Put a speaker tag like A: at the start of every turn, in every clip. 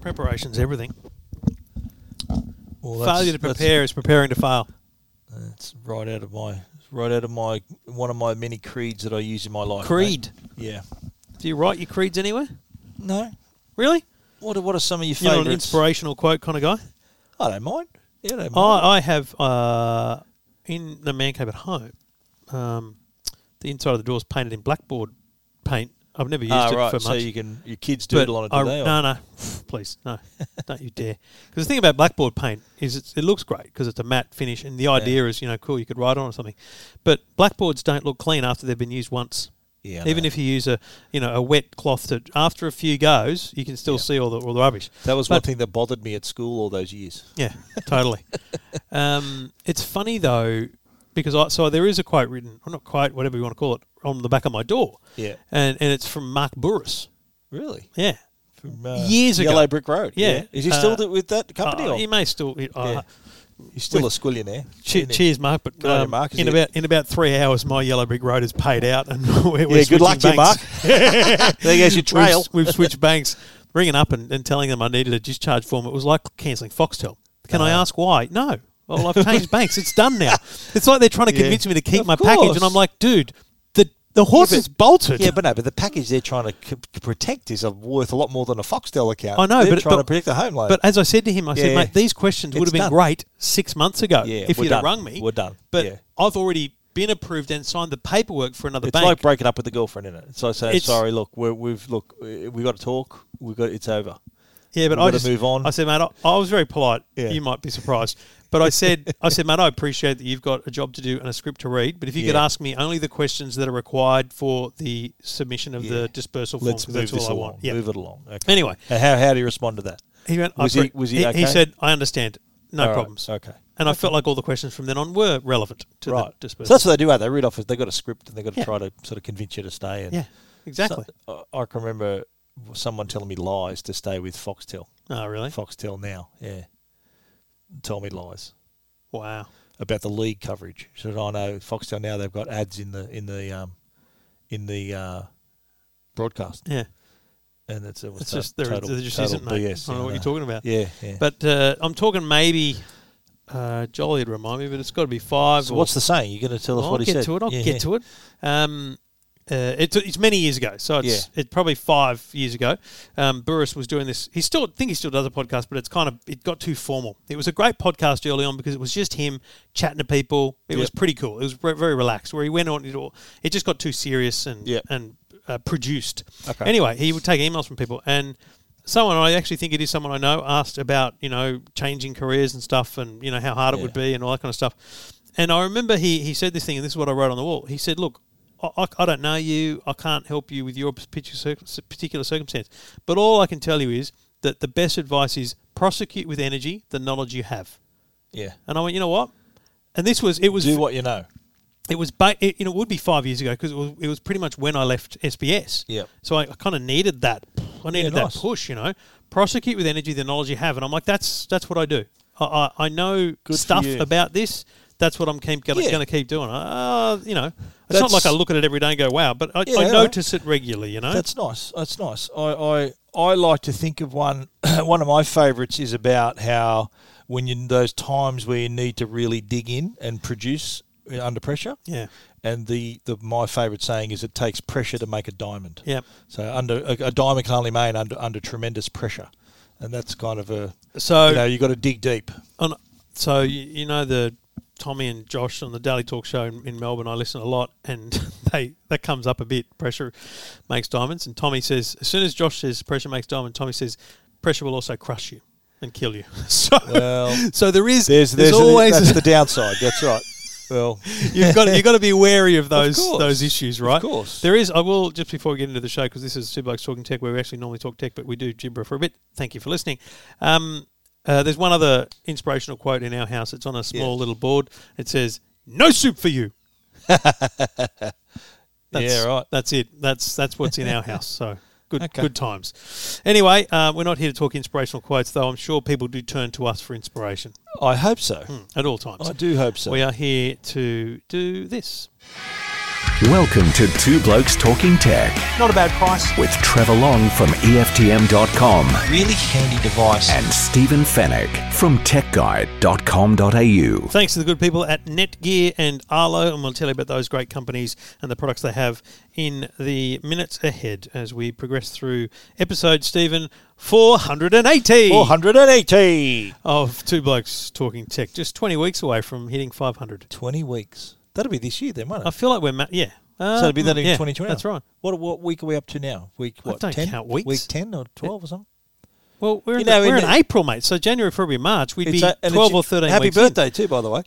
A: Preparation's everything.
B: Well,
A: Failure to prepare is preparing to fail.
B: That's, that's right out of my right out of my one of my many creeds that I use in my life. mate.
A: Creed.
B: Yeah.
A: Do you write your creeds anywhere?
B: No.
A: Really?
B: What are, what are some of your
A: You're not an
B: favourites?
A: inspirational quote kind of guy.
B: I don't mind. Yeah, I don't mind.
A: I, I have uh, in the man cave at home. Um, the inside of the door's painted in blackboard paint. I've never used
B: Ah,
A: it
B: right.
A: for much.
B: so you can your kids
A: but
B: doodle on it, do
A: I-
B: they? or-
A: no, no, please, no, don't you dare. Because the thing about blackboard paint is it's, it looks great because it's a matte finish, and the idea is you know cool you could write on or something. But blackboards don't look clean after they've been used once.
B: Yeah. I
A: Even
B: know.
A: if you use a you know a wet cloth to after a few goes, you can still
B: Yeah.
A: see all the all the rubbish.
B: that was
A: but-
B: one thing that bothered me at school all those years.
A: Yeah, totally. um, it's funny though because I so there is a quote written, or not quote, whatever you want to call it, on the back of my door,
B: Yeah.
A: and and it's from Mark Burris.
B: Really.
A: Yeah,
B: From, uh,
A: Years ago.
B: Yellow Brick Road.
A: Yeah.
B: Is he
A: Uh,
B: still th- with that company?
A: Uh,
B: or?
A: he may still. uh,
B: Yeah. He's still a squillionaire.
A: che-
B: isn't he?
A: cheers, Mark. But
B: Good on you,
A: um,
B: Mark, is
A: in
B: it-
A: about in about three hours, my yellow brick road is paid out, and we're, we're
B: Yeah, good luck to
A: switching
B: you, Mark.
A: banks.
B: there goes your trail.
A: We've, we've switched banks, ringing up and, and telling them I needed a discharge form. It was like cancelling Foxtel. Can I
B: Ah.
A: ask why? No. Well, I've changed banks. It's done now. It's like they're trying to
B: Yeah.
A: convince me to keep
B: Of
A: my package,
B: course.
A: and I'm like, dude, the the horse
B: but-
A: is bolted.
B: Yeah, but no, but the package they're trying to c- c- protect is a, worth a lot more than a Foxtel account.
A: I know,
B: they're
A: but-
B: trying
A: but-
B: to protect a home loan.
A: But as I said to him, I said,
B: Yeah.
A: mate, these questions would
B: It's
A: have been
B: done.
A: great six months ago
B: Yeah,
A: if
B: we're
A: you'd have
B: done.
A: rung me.
B: We're done.
A: But
B: Yeah.
A: I've already been approved and signed the paperwork for another
B: it's
A: bank.
B: like breaking up with the girlfriend, isn't it? It's like saying,
A: It's-
B: "Sorry, look, we're, we've look, we have got to talk. We got it's over."
A: Yeah, but
B: We've
A: I
B: gotta
A: just
B: move on.
A: I said, mate, I, I was very polite.
B: Yeah.
A: You might be surprised, but I said, I said, mate, I appreciate that you've got a job to do and a script to read. But if you could
B: Yeah.
A: ask me only the questions that are required for the submission of
B: Yeah.
A: the dispersal form,
B: Let's
A: 'cause
B: move
A: that's
B: this
A: all I
B: along.
A: want. Yeah.
B: Move it along. Okay.
A: Anyway,
B: And how how do you respond to that?
A: he went.
B: Was
A: I
B: he- was he okay?
A: said, I understand. No
B: All right,
A: problems.
B: Okay.
A: And I felt like all the questions from then on were relevant to
B: Right.
A: the
B: So
A: dispersal.
B: that's what they do. Out they read off. They got a script and they got to
A: Yeah.
B: try to sort of convince you to stay. And
A: yeah, exactly.
B: So, uh, I I can remember someone telling me lies to stay with Foxtel.
A: oh, really?
B: Foxtel now, yeah, tell me lies
A: Wow.
B: about the league coverage. So I know Foxtel now they've got ads in the in the um, in the uh, broadcast,
A: Yeah.
B: and it's, it was
A: It's
B: to-
A: just there,
B: total,
A: there just
B: total
A: isn't, mate.
B: BS.
A: I don't know what you're talking about.
B: Yeah, yeah.
A: But uh, I'm talking maybe uh, Jolly would remind me, but it's got to be five.
B: so
A: or-
B: what's the saying? You're going to tell us
A: uh, I'll
B: what he
A: get
B: said.
A: to it. I'll
B: Yeah,
A: get
B: yeah.
A: to it. Um, uh, it's, it's many years ago, so it's it's probably five years ago. Um, Burris was doing this. He still I think he still does a podcast, but it's kind of it got too formal. It was a great podcast early on because it was just him chatting to people. It was
B: Yep.
A: pretty cool. It was re- very relaxed. Where he went on it all, it just got too serious and
B: Yep.
A: and uh, produced.
B: Okay.
A: Anyway, he would take emails from people and. Someone I actually think it is someone I know asked about you know changing careers and stuff and you know how hard it would
B: Yeah.
A: be and all that kind of stuff. And I remember he, he said this thing, and this is what I wrote on the wall. He said, Look, I, I, I don't know you. I can't help you with your particular cir- particular circumstance. But all I can tell you is that the best advice is prosecute with energy the knowledge you have.
B: Yeah,
A: And I went, You know what? And this was, it was,
B: do what you know.
A: it was, ba- it, you know, it would be five years ago because it was, it was pretty much when I left SBS.
B: Yep.
A: So I, I kind of needed that. I needed
B: nice.
A: that push, you know. Prosecute with energy the knowledge you have, and I'm like, that's that's what I do. I I, I know
B: Good for
A: stuff
B: you.
A: about this. That's what I'm keep, gonna,
B: Yeah.
A: gonna keep doing. Uh, you know, it's not
B: That's-
A: like I look at it every day and go, wow, but I,
B: Yeah,
A: I
B: alright.
A: notice it regularly. You know,
B: That's nice. That's nice. I, I I like to think of one. one of my favourites is about how when you those times where you need to really dig in and produce uh, under pressure.
A: yeah,
B: And the, the my favourite saying is it takes pressure to make a diamond.
A: yeah.
B: So under a, a diamond can only be made under under tremendous pressure, and that's kind of a
A: So
B: you know you got to dig deep.
A: on, so you, you know the Tommy and Josh on the Daily Talk Show in, in Melbourne. I listen a lot, and they that comes up a bit. Pressure makes diamonds, and Tommy says as soon as Josh says pressure makes diamond, Tommy says pressure will also crush you and kill you. So
B: Well,
A: so there is
B: there's
A: there's,
B: there's, a-
A: always
B: that's the downside. That's right. Well,
A: you've got you've got to be wary of those
B: course.
A: those issues, right?
B: course.
A: There is. I will just before we get into the show because this is Two Blokes Talking Tech, where we actually normally talk tech, but we do gibber for a bit. Thank you for listening. Um, uh, there's one other inspirational quote in our house. It's on a small
B: Yeah.
A: little board. It says, "No soup for you." that's,
B: Yeah, right.
A: That's it. That's that's what's in our house. So. Good,
B: Okay.
A: good times. Anyway, uh, we're not here to talk inspirational quotes, though. I'm sure people do turn to us for inspiration
B: I
A: Hmm.
B: hope so.
A: at all times.
B: I do hope so.
A: We are here to do this.
C: Welcome to Two Blokes Talking Tech
B: Not a bad price.
C: with Trevor Long from E EFTM.com
B: Really handy device.
C: and Stephen Fennec from TechGuide.com.au.
A: Thanks to the good people at Netgear and Arlo, and we'll tell you about those great companies and the products they have in the minutes ahead as we progress through episode, Stephen, 480
B: 480.
A: of Two Blokes Talking Tech. Just 20 weeks away from hitting 500.
B: 20 weeks. That'll be this year then, won't
A: I
B: it?
A: feel like we're, ma- yeah. Uh,
B: so it'll be that in
A: yeah,
B: 2020.
A: That's right.
B: What, what week are we up to now? Week
A: I
B: what?
A: don't
B: 10?
A: count weeks.
B: Week 10 or 12 or something?
A: Well, we're,
B: You
A: in,
B: know,
A: the- we're in
B: in the-
A: April, mate. So January, February, March, we'd
B: It's
A: be
B: a- and
A: 12
B: it's-
A: or 13
B: Happy
A: weeks in.
B: birthday too, by the way.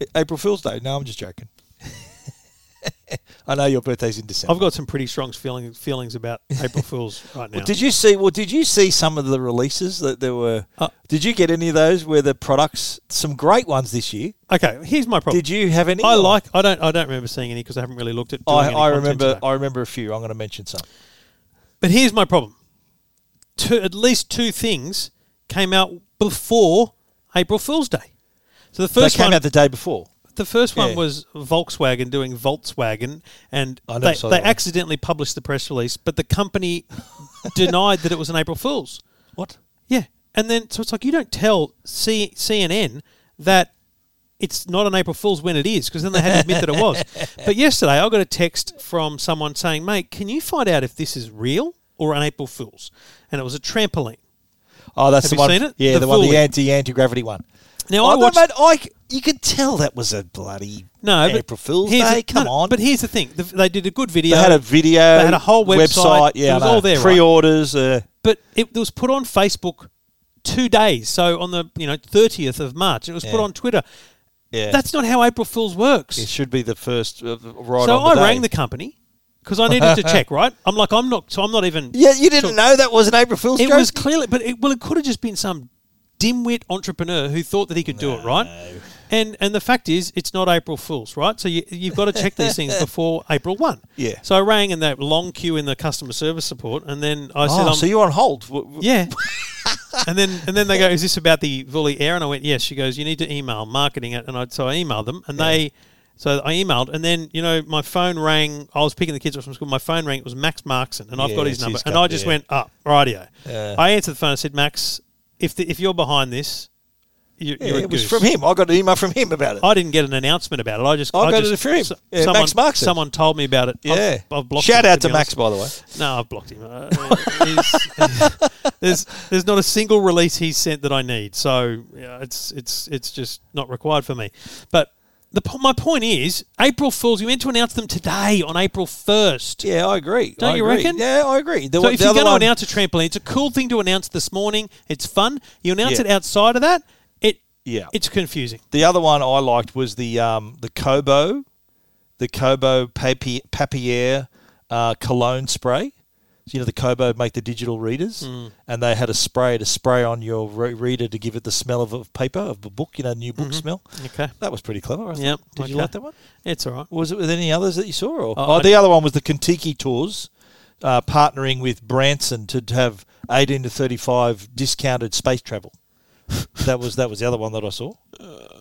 B: A- April Fool's Day. No, I'm just joking. I know your birthday's in December.
A: I've got some pretty strong feeling, feelings about April Fools right now.
B: Well, did you see? Well, did you see some of the releases that there were?
A: Uh,
B: did you get any of those where the products? Some great ones this year.
A: okay, here's my problem.
B: Did you have any?
A: Oh, I
B: or-
A: like. I don't. I don't remember seeing any because I haven't really looked at. Doing
B: I,
A: any
B: I
A: content
B: remember.
A: today.
B: I remember a few. I'm going to mention some.
A: But here's my problem. Two, at least two things came out before April Fool's Day. So the first
B: they came
A: one,
B: out the day before.
A: the first one
B: yeah.
A: was Volkswagen doing Volkswagen, and
B: I never
A: they,
B: saw
A: they
B: that one.
A: accidentally published the press release, but the company denied that it was an April Fool's.
B: What?
A: Yeah, and then so it's like you don't tell C- CNN that it's not an April Fool's when it is because then they had to admit that it was. But yesterday I got a text from someone saying, "Mate, can you find out if this is real or an April Fool's?" And it was a trampoline.
B: Oh, that's
A: Have
B: the
A: you
B: one.
A: seen it?
B: Yeah,
A: The
B: the, one,
A: Fool
B: the
A: It.
B: anti anti gravity one.
A: Now
B: Oh,
A: I
B: no,
A: watched.
B: mate, I c- you could tell that was a bloody
A: no, but
B: April Fool's
A: here's
B: Day.
A: the-
B: Come
A: no,
B: on,
A: But here's the thing: The- they did a good video.
B: they had a video.
A: They had a whole website. It
B: yeah,
A: was
B: I know.
A: all there, right?
B: Pre-orders. Uh,
A: but it was put on Facebook two days. So on the you know thirtieth of March, it was put
B: Yeah.
A: on Twitter.
B: yeah,
A: That's not how April Fool's works.
B: it should be the first uh, right
A: so
B: on the
A: I
B: day.
A: rang the company because I needed to check. Right, I'm like, I'm not. So I'm not even.
B: Yeah, you didn't know that was an April Fool's
A: It
B: joke.
A: was clearly, but it, well, it could have just been some dimwit entrepreneur who thought that he could do it, right? And and the fact is, it's not April Fools, right? So you, you've got to check these things before April one.
B: Yeah.
A: So I rang in that long queue in the customer service support, and then I said,
B: oh,
A: "I'm
B: so you're on hold. W- w-
A: yeah." and then and then they go, "Is this about the Volley Air?" And I went, "Yes." She goes, "You need to email marketing it," and I so I emailed them, and they. So I emailed, and then you know my phone rang. I was picking the kids up from school. My phone rang. It was Max Markson, and I've
B: Yeah,
A: got his
B: it's
A: number.
B: his
A: And
B: company,
A: I just
B: yeah.
A: went, "Up, oh, radio."
B: Yeah.
A: I answered the phone. I said, "Max, if the, if you're behind this, you,
B: Yeah,
A: you're a
B: it was
A: goose."
B: from him. I got an email from him about it.
A: I didn't get an announcement about it. I just
B: I got
A: just,
B: it from him.
A: so-
B: Yeah,
A: someone,
B: Max Markson.
A: Someone told me about it.
B: yeah,
A: I've, I've blocked.
B: shout
A: him,
B: out to
A: be
B: Max,
A: honest.
B: by the way.
A: No, I've blocked him. Uh, he's- there's there's not a single release he's sent that I need, so yeah, it's it's it's just not required for me. But the po- my point is, April Fools. You meant to announce them today on April first.
B: Yeah, I agree.
A: Don't
B: I
A: you
B: agree.
A: reckon?
B: Yeah, I agree. The,
A: So
B: one-
A: if
B: the
A: you're
B: other
A: going
B: one-
A: to announce a trampoline, it's a cool thing to announce this morning. It's fun. You announce
B: Yeah.
A: it outside of that, it
B: Yeah.
A: it's confusing.
B: the other one I liked was the um, the Kobo, the Kobo papi- Papier uh, cologne spray. So, you know the Kobo make the digital readers, and they had a spray to spray on your re- reader to give it the smell of, of paper of a book. You know, new book smell.
A: Okay.
B: That was pretty clever. I thought.
A: Yep,
B: Did
A: okay.
B: you like that one?
A: It's all right.
B: Was it with any others that you saw? Or?
A: Oh,
B: Oh,
A: I-
B: the other one was the Kentucky Tours uh, partnering with Branson to to have 18 to 35 discounted space travel. that was that was the other one that I saw.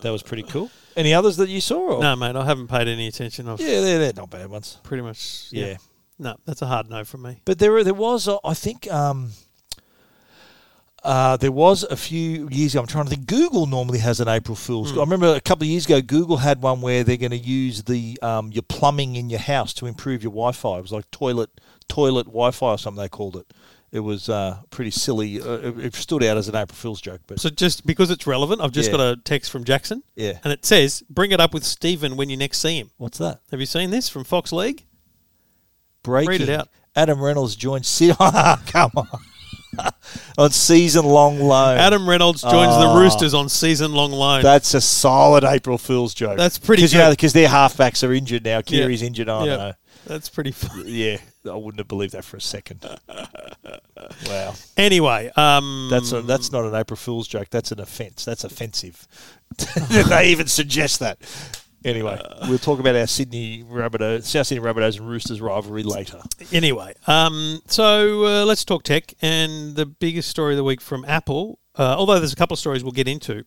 B: That was pretty cool. Any others that you saw? Or?
A: No, mate, I haven't paid any attention. I've
B: Yeah, they're, they're not bad ones.
A: pretty much.
B: Yeah.
A: yeah. No, that's a hard no from me.
B: But there were- there was uh, I think um, uh, there was a few years ago. I'm trying to think. Google normally has an April
A: Hmm.
B: Fool's. I remember a couple of years ago, Google had one where they're going to use the um, your plumbing in your house to improve your Wi-Fi. It was like toilet toilet Wi-Fi or something they called it. It was uh, pretty silly. Uh, it, it stood out as an April Fool's joke, but
A: So just because it's relevant, I've just
B: Yeah.
A: got a text from Jackson.
B: Yeah.
A: And it says, "Bring it up with Stephen when you next see him."
B: what's that?
A: Have you seen this from Fox League?
B: breaking.
A: out.
B: Adam Reynolds joins. Se- Come on, on season long loan.
A: Adam Reynolds joins
B: Ah.
A: the Roosters on season-long loan.
B: That's a solid April Fool's joke.
A: That's pretty
B: Because you
A: good.
B: know, 'cause their halfbacks are injured now. Kiri's injured. I
A: Yeah.
B: don't know.
A: That's pretty fun.
B: Yeah, I wouldn't have believed that for a second. wow,
A: Anyway, um,
B: that's a, that's not an April Fool's joke. That's an offence. That's offensive. Did they even suggest that? Anyway, we'll talk about our Sydney Rabbitohs, South Sydney Rabbitohs and Roosters rivalry later.
A: anyway. Um, so uh, let's talk tech. And the biggest story of the week from Apple, uh, although there's a couple of stories we'll get into,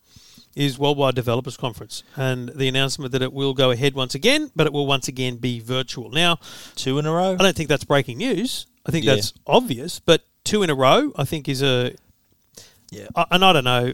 A: is Worldwide Developers Conference and the announcement that it will go ahead once again, but it will once again be virtual. Now,
B: Two in a row.
A: I don't think that's breaking news. I think
B: Yeah.
A: that's obvious, but two in a row, I think, is a.
B: Yeah.
A: I, and I don't know.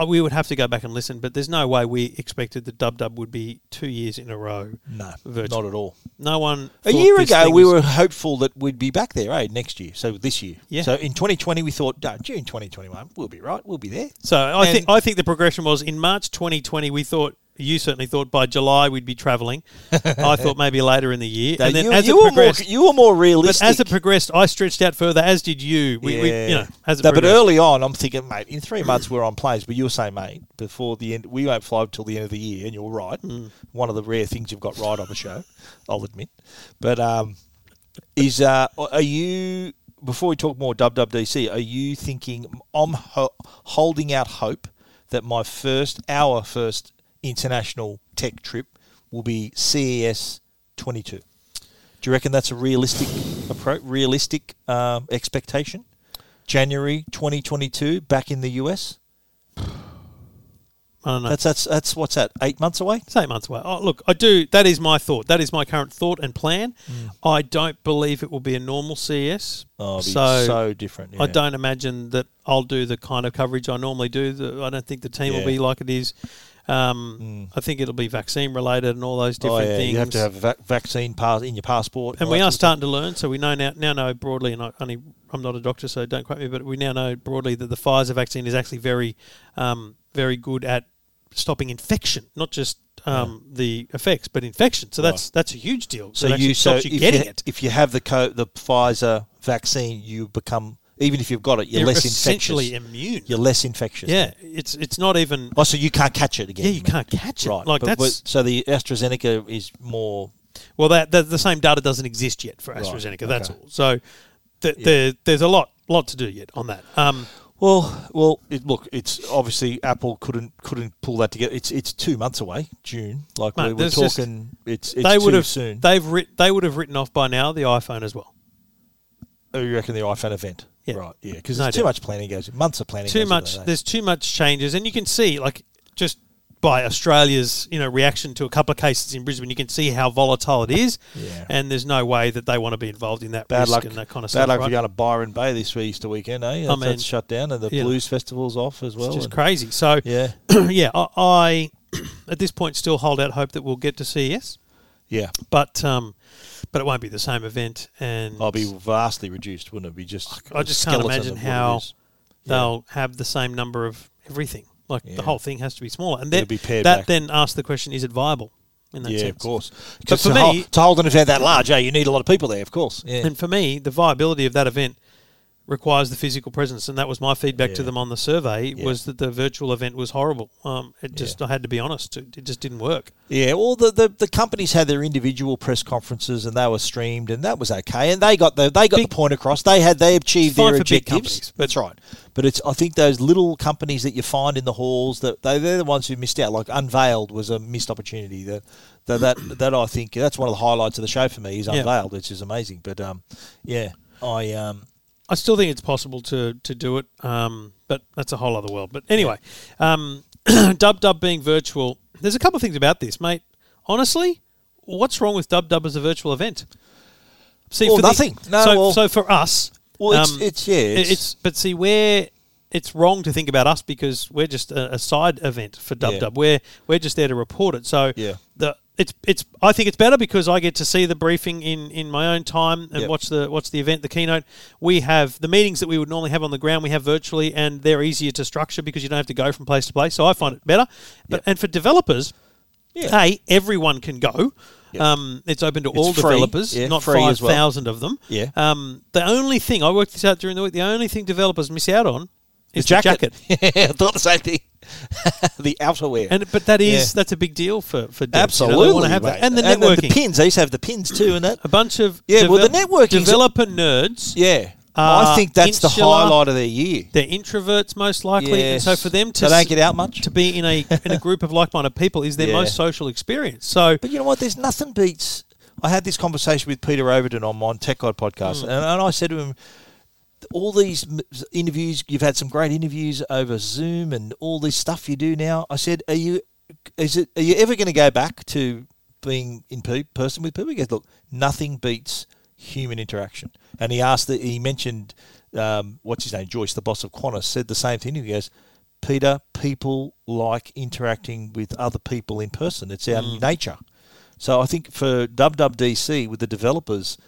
A: I, we would have to go back and listen, but there's no way we expected the Dub Dub would be two years in a row.
B: No,
A: Virtual.
B: not at all.
A: No one.
B: A
A: thought
B: year
A: this
B: ago,
A: thing
B: we
A: was-
B: were hopeful that we'd be back there, eh? Next year, so this year.
A: Yeah.
B: So in 2020, we thought, no, June 2021, we'll be right, we'll be there.
A: So I
B: and-
A: think I think the progression was in March 2020. We thought you certainly thought by July we'd be travelling. I thought maybe later in the year, and then
B: you,
A: as
B: you
A: it
B: were more,
A: progressed,
B: you were more
A: but
B: realistic.
A: as it progressed, I stretched out further. As did you. We, we you know, as it
B: no, but
A: progressed.
B: early on, I'm thinking, mate, in three months we're on planes. But you were saying, mate, before the end, we won't fly till the end of the year, and you're right.
A: Hmm.
B: One of the rare things you've got right on the show, I'll admit. But um, is uh, are you before we talk more WWDC? Are you thinking I'm ho- holding out hope that my first our first international tech trip will be E CES 22? Do you reckon that's a realistic appro- realistic um, expectation? January 2022 back in the US.
A: I don't know.
B: That's that's that's what's that? 8 months away?
A: It's eight months away. Oh, look, I do. That is my thought. That is my current thought and plan. I don't believe it will be a normal CS.
B: Mm. Oh, it'll be
A: so,
B: so different.
A: I
B: yeah.
A: don't imagine that I'll do the kind of coverage I normally do. The, I don't think the team
B: Yeah. Mm.
A: will be like it is. Um, I think it'll be vaccine related and all those
B: Oh,
A: different
B: yeah,
A: things.
B: you have to have a vac- vaccine pass in your passport.
A: and
B: all
A: we
B: that
A: are
B: sort
A: starting to learn, so we know now, now know broadly, and I only, I'm not a doctor, so don't quote me, but we now know broadly that the Pfizer vaccine is actually very, um, very good at stopping infection, not just um, the effects, but infection. So that's that's a huge deal.
B: of
A: It
B: stuff. so
A: actually
B: you so
A: stops you
B: if
A: getting
B: you,
A: it.
B: if you have the co- the Pfizer vaccine, you become even if you've got it, you're, less
A: essentially
B: infectious.
A: immune.
B: You're less infectious.
A: yeah, it's it's not even.
B: Oh, so you can't catch it again.
A: Yeah, you
B: mean.
A: can't catch it.
B: Right.
A: Like
B: but-
A: that's
B: but- so the AstraZeneca is more
A: Well, that, that the same data doesn't exist yet for AstraZeneca. That's all. So th- there, there's a lot lot to do yet on that. Um,
B: Well, well, it, look, it's obviously Apple couldn't couldn't pull that together. It's it's two months away, June. Like
A: Mate,
B: we we're
A: there's just-
B: talking, it's it's
A: they
B: too
A: would have
B: soon.
A: they've writ- they would have written off by now the iPhone as well.
B: oh, you reckon the iPhone event?
A: Yeah.
B: Right, yeah, because
A: No
B: there's too
A: doubt.
B: much planning goes. Months of planning.
A: Too
B: goes into
A: much.
B: that. eh?
A: There's too much changes, and you can see like just by Australia's you know reaction to a couple of cases in Brisbane, you can see how volatile it is.
B: Yeah.
A: And there's no way that they want to be involved in that
B: bad
A: risk
B: luck.
A: and that kind of
B: bad
A: stuff.
B: luck
A: right?
B: if you're going to Byron Bay this Easter weekend, eh? That's,
A: mean,
B: that's shut down, and the
A: yeah.
B: blues festival's off as well.
A: It's just
B: and-
A: crazy. So
B: Yeah,
A: yeah, I, I at this point still hold out hope that we'll get to CES.
B: yeah.
A: but um, but it won't be the same event, and
B: I'll be vastly reduced, wouldn't it? Be just.
A: I
B: a
A: just can't
B: skeleton
A: imagine
B: of what it
A: how
B: is.
A: they'll have the same number of everything. Like
B: Yeah.
A: the whole thing has to be smaller, and then,
B: It'll be pared
A: that
B: back.
A: then asks the question: Is it viable? In that
B: Yeah,
A: sense?
B: of course.
A: But for
B: to hol-
A: me-
B: to hold an event that large, eh? You need a lot of people there, of course. Yeah.
A: And for me, the viability of that event requires the physical presence, and that was my feedback to
B: Yeah.
A: them on the survey
B: Yeah.
A: was that the virtual event was horrible. Um, it just I had to be honest; it, it just didn't work.
B: Yeah, well, the, the, the companies had their individual press conferences and they were streamed, and that was okay. And they got the they got
A: Big-
B: the point across. They had they achieved
A: Fine
B: their
A: for big
B: objectives.
A: companies, but-
B: That's right. But it's I think those little companies that you find in the halls that they, they're the ones who missed out. Like Unveiled was a missed opportunity. That that that, that I think that's one of the highlights of the show for me is
A: Yeah.
B: Unveiled, which is amazing. But um, yeah, I um,
A: I still think it's possible to to do it, um, but that's a whole other world. But anyway, um, Dub Dub being virtual, there's a couple of things about this, mate. Honestly, what's wrong with Dub Dub as a virtual event? See,
B: Well,
A: for the-
B: nothing. No,
A: so,
B: well-
A: so for us, um,
B: Well, it's- it's- yeah,
A: it's,
B: it's-
A: but see where. It's wrong to think about us because we're just a, a side event for Dub
B: Yeah.
A: Dub. We're we're just there to report it. So
B: Yeah.
A: the it's it's I think it's better because I get to see the briefing in, in my own time and
B: Yep.
A: watch the watch the event, the keynote. We have the meetings that we would normally have on the ground. We have virtually, and they're easier to structure because you don't have to go from place to place. So I find it better. But and for developers,
B: Yeah.
A: hey, everyone can go. Um, it's open to all
B: free,
A: developers,
B: yeah,
A: not
B: free
A: five
B: as well.
A: thousand of them.
B: Yeah.
A: Um, the only thing I worked this out during the week. The only thing developers miss out on is the jacket.
B: yeah, I thought the same thing. the outerwear.
A: And but that is
B: Yeah.
A: that's a big deal for for devs, you know, they
B: Absolutely,
A: wanna have that.
B: mate.
A: and the
B: and
A: networking.
B: the pins. They used to have the pins too, and that
A: a bunch of
B: Yeah, well, the networking's-
A: developer nerds.
B: Yeah,
A: Uh,
B: I think that's the
A: insular-
B: highlight of their year.
A: They're introverts most likely,
B: Yes.
A: and so for them to
B: they
A: s-
B: don't get out much.
A: to be in a in a group of like-minded people is their
B: Yeah.
A: most social experience. So
B: But you know what? There's nothing Mm. beats. I had this conversation with Peter Overton on my Tech Guide podcast, and, and I said to him, all these m- interviews, you've had some great interviews over Zoom and all this stuff you do now. I said, are you, is it, are you ever going to go back to being in pe- person with people? He goes, look, nothing beats human interaction. And he asked that he mentioned um, what's his name, Joyce, the boss of Qantas, said the same thing. He goes, Peter, people like interacting with other people in person. It's our nature. So I think for WWDC with the developers,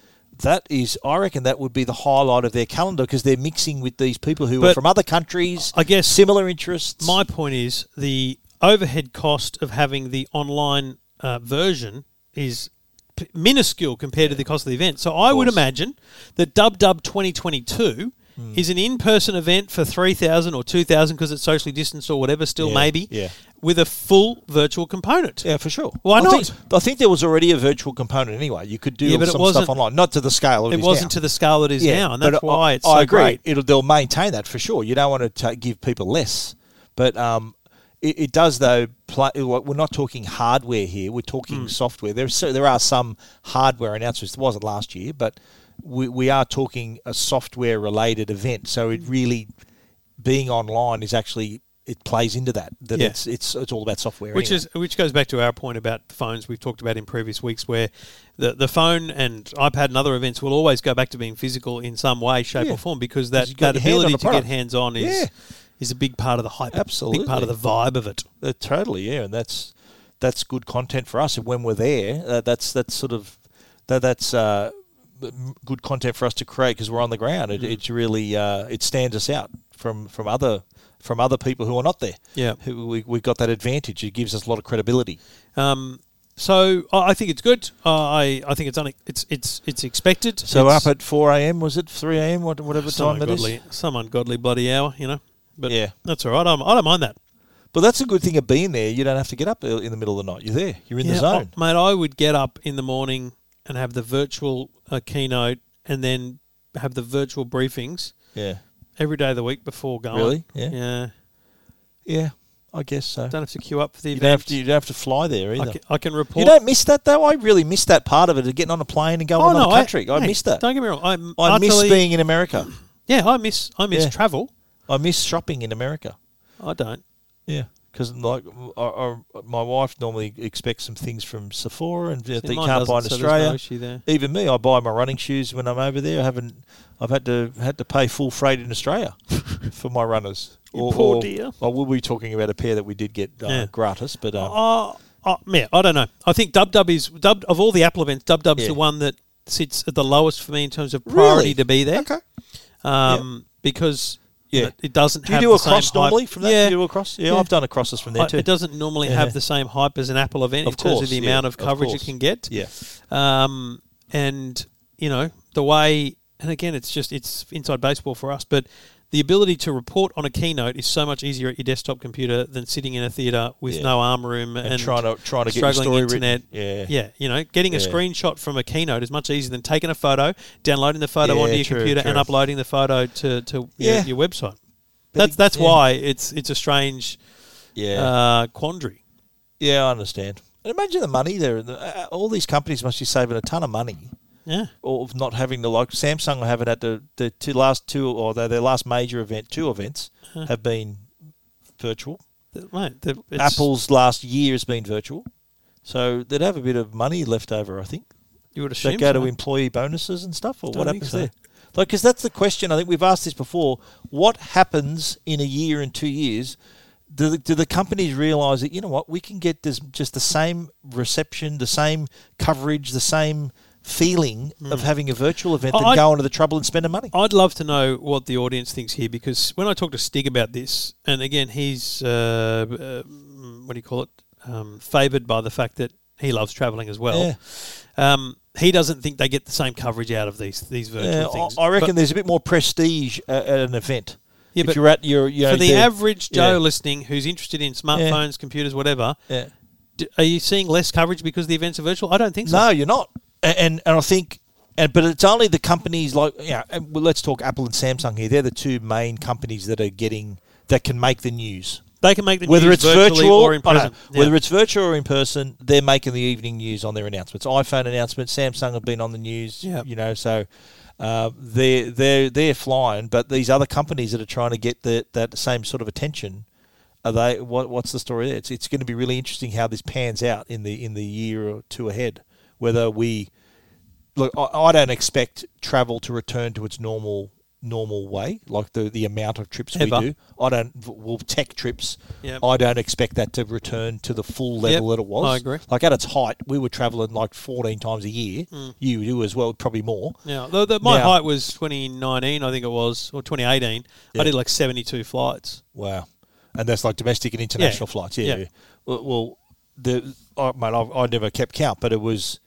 B: that is, I reckon that would be the highlight of their calendar because they're mixing with these people who are
A: But
B: from other countries,
A: I guess
B: similar interests.
A: My point is the overhead cost of having the online uh, version is p- minuscule compared to the cost of the event. So I would imagine that Dub Dub 2022
B: Hmm.
A: is an in-person event for 3,000 or 2,000 because it's socially distanced or whatever still
B: Yeah,
A: maybe
B: yeah.
A: with a full virtual component.
B: yeah, for sure.
A: Why
B: I think-
A: not?
B: I think there was already a virtual component anyway. You could do
A: Yeah, but it
B: some
A: wasn't-
B: stuff online, not to the scale of
A: It wasn't
B: now.
A: to the scale it is now and
B: but
A: that's
B: I-
A: why it's
B: I
A: so
B: agree.
A: great.
B: It'll they'll maintain that for sure. You don't want to ta give people less, but um, it, it does though. Play, we're not talking hardware here. We're
A: Hmm.
B: talking software. There's so there are some hardware announcements. There wasn't last year, but we we are talking a software related event. So it
A: Hmm.
B: really being online is actually it plays into that. That
A: Yeah.
B: it's it's it's all about software.
A: Which
B: anyway.
A: is which goes back to our point about the phones we've talked about in previous weeks, where the the phone and iPad and other events will always go back to being physical in some way, shape,
B: Yeah.
A: or form because
B: Because
A: that,
B: you've got
A: that
B: your hand on
A: ability
B: the
A: to get
B: product.
A: hands on is
B: Yeah.
A: is a big part of the hype, big part
B: Absolutely.
A: of the vibe of it.
B: Uh, totally, yeah, and that's that's good content for us. And when we're there, uh, that's that's sort of that that's uh, m- good content for us to create because we're on the ground.
A: Mm.
B: It, It's really uh, it stands us out from from other from other people who are not there.
A: Yeah.
B: who we we got that advantage. It gives us a lot of credibility.
A: Um, so I I think it's good. Uh, I I think it's un- it's it's it's expected.
B: So
A: It's
B: up at four a.m. was it three a.m. What, whatever
A: some
B: time that is.
A: ungodly, some ungodly bloody hour, you know. But
B: Yeah.
A: that's all right. I'm, I don't mind that.
B: But that's a good thing of being there. You don't have to get up early in the middle of the night. You're there. You're in the
A: Yeah,
B: zone.
A: I- mate, I would get up in the morning and have the virtual uh, keynote and then have the virtual briefings
B: yeah,
A: every day of the week before going.
B: Really? Yeah.
A: Yeah.
B: yeah. I guess so.
A: Don't have to queue up for the
B: you don't
A: event.
B: have to. You don't have to fly there either.
A: I, can, I can report.
B: You don't miss that though. I really miss that part of it of getting on a plane and
A: Oh,
B: going to another country. I,
A: mate,
B: miss that.
A: Don't get me wrong. I'm
B: I miss
A: utterly-
B: being in America.
A: Yeah, I miss. I miss
B: Yeah.
A: travel.
B: I miss shopping in America.
A: I don't.
B: Yeah, because like I, I- my wife normally expects some things from Sephora and that
A: See,
B: you
A: mine
B: can't buy in
A: doesn't, so there's no
B: Australia.
A: issue there.
B: Even me, I buy my running shoes when I'm over there. I haven't. I've had to had to pay full freight in Australia for my runners.
A: You poor dear.
B: I will be talking about a pair that we did get uh,
A: Yeah.
B: gratis, but um,
A: Uh, uh, yeah, I don't know. I think Dub Dub is Dub of all the Apple events. Dub Dub's
B: Yeah.
A: the one that sits at the lowest for me in terms of priority
B: Really?
A: to be there.
B: okay.
A: um, because
B: Yeah.
A: it- it doesn't.
B: Do you
A: have
B: do
A: the
B: a cross
A: same hype.
B: normally from that?
A: Yeah,
B: Do you do a cross? Yeah,
A: Yeah.
B: I've done a crosses from there
A: I-
B: too.
A: it doesn't normally
B: Yeah.
A: have the same hype as an Apple event
B: Of
A: in terms
B: course,
A: of the
B: yeah,
A: amount of
B: of
A: coverage it
B: course.
A: can get.
B: Yeah.
A: Um, and you know the way, and again, it's just it's inside baseball for us, but. The ability to report on a keynote is so much easier at your desktop computer than sitting in a theater with
B: Yeah.
A: no arm room and,
B: trying to- trying to get your
A: struggling
B: story
A: internet.
B: written. Yeah.
A: yeah, you know, getting a
B: Yeah.
A: screenshot from a keynote is much easier than taking a photo, downloading the photo
B: Yeah,
A: onto your
B: true,
A: computer, and
B: true.
A: uploading the photo to, to
B: Yeah.
A: your, your website.
B: But
A: That's
B: it-
A: that's
B: yeah.
A: why it's it's a strange
B: Yeah.
A: uh, quandary.
B: Yeah, I understand. And imagine the money there. The- uh, All these companies must be saving a ton of money,
A: Yeah,
B: or of not having the like Samsung haven't had the the two last two or their, their last major event, two events have been virtual.
A: Th- mate. The, Uh-huh. it's,
B: Apple's last year has been virtual, so they'd have a bit of money left over, I think.
A: You would
B: Does that
A: assume
B: go to
A: so.
B: employee bonuses and stuff, or
A: Don't
B: what
A: think
B: happens
A: so.
B: there? Like, because that's the question. I think we've asked this before. What happens in a year and two years? Do the, do the companies realise that you know what we can get this, just the same reception, the same coverage, the same feeling of having a virtual event than
A: Hmm. I-
B: going to the trouble and spending money?
A: I'd love to know what the audience thinks here because when I talk to Stig about this, and again, he's uh, uh, what do you call it? Um, Favoured by the fact that he loves travelling as well. Um, he doesn't think they get the same coverage out of these these virtual
B: Yeah,
A: things.
B: I, I reckon
A: But
B: there's a bit more prestige at, at an event.
A: Yeah,
B: if
A: but
B: you're at your you know,
A: for the
B: there-
A: average Joe
B: yeah.
A: listening who's interested in smartphones, computers, whatever,
B: Yeah.
A: d- are you seeing less coverage because the events are virtual? I don't think so.
B: No, you're not. A- And and I think, and, but it's only the companies like yeah. and Well, let's talk Apple and Samsung here. They're the two main companies that are getting that can make the news.
A: They can make the
B: Whether
A: news
B: it's virtual
A: or in
B: I know,
A: person.
B: whether it's virtual or in person, they're making the evening news on their announcements. iPhone announcements, Samsung have been on the news.
A: Yeah.
B: you know so. Uh, they're they're they're flying, but these other companies that are trying to get the, that same sort of attention, are they? What what's the story there? It's it's going to be really interesting how this pans out in the in the year or two ahead. Whether we look, I, I don't expect travel to return to its normal normal way, like the the amount of trips
A: Ever.
B: we do. I don't well tech trips.
A: Yep.
B: I don't expect that to return to the full level
A: Yep,
B: that it was.
A: I agree.
B: Like at its height, we were traveling like fourteen times a year.
A: Mm.
B: You you as well, probably more.
A: Yeah, the, the, my
B: Now-
A: height was 2019, I think it was, or 2018. I did like 72 flights.
B: Wow, and that's like domestic and international flights. Yeah,
A: Yeah.
B: yeah. Well, well, the I mate, I, I never kept count, but it was.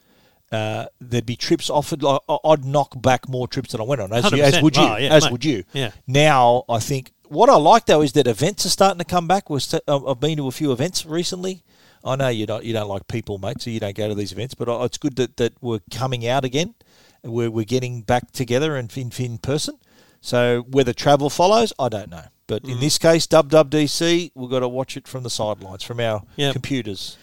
B: Uh, there'd be trips offered. Like, I- I'd knock back more trips than I went on, as, you, as
A: 100%.
B: would you,
A: Oh, yeah,
B: as
A: mate.
B: would you.
A: Yeah.
B: Now I think what I like though is that events are starting to come back. Was I've been to a few events recently. I know you don't you don't like people, mate, so you don't go to these events. But I- it's good that, that we're coming out again. and We're we're getting back together and in, in person. So whether travel follows, I don't know. But
A: Mm.
B: in this case, WWDC, we've got to watch it from the sidelines, from our
A: Yep.
B: computers.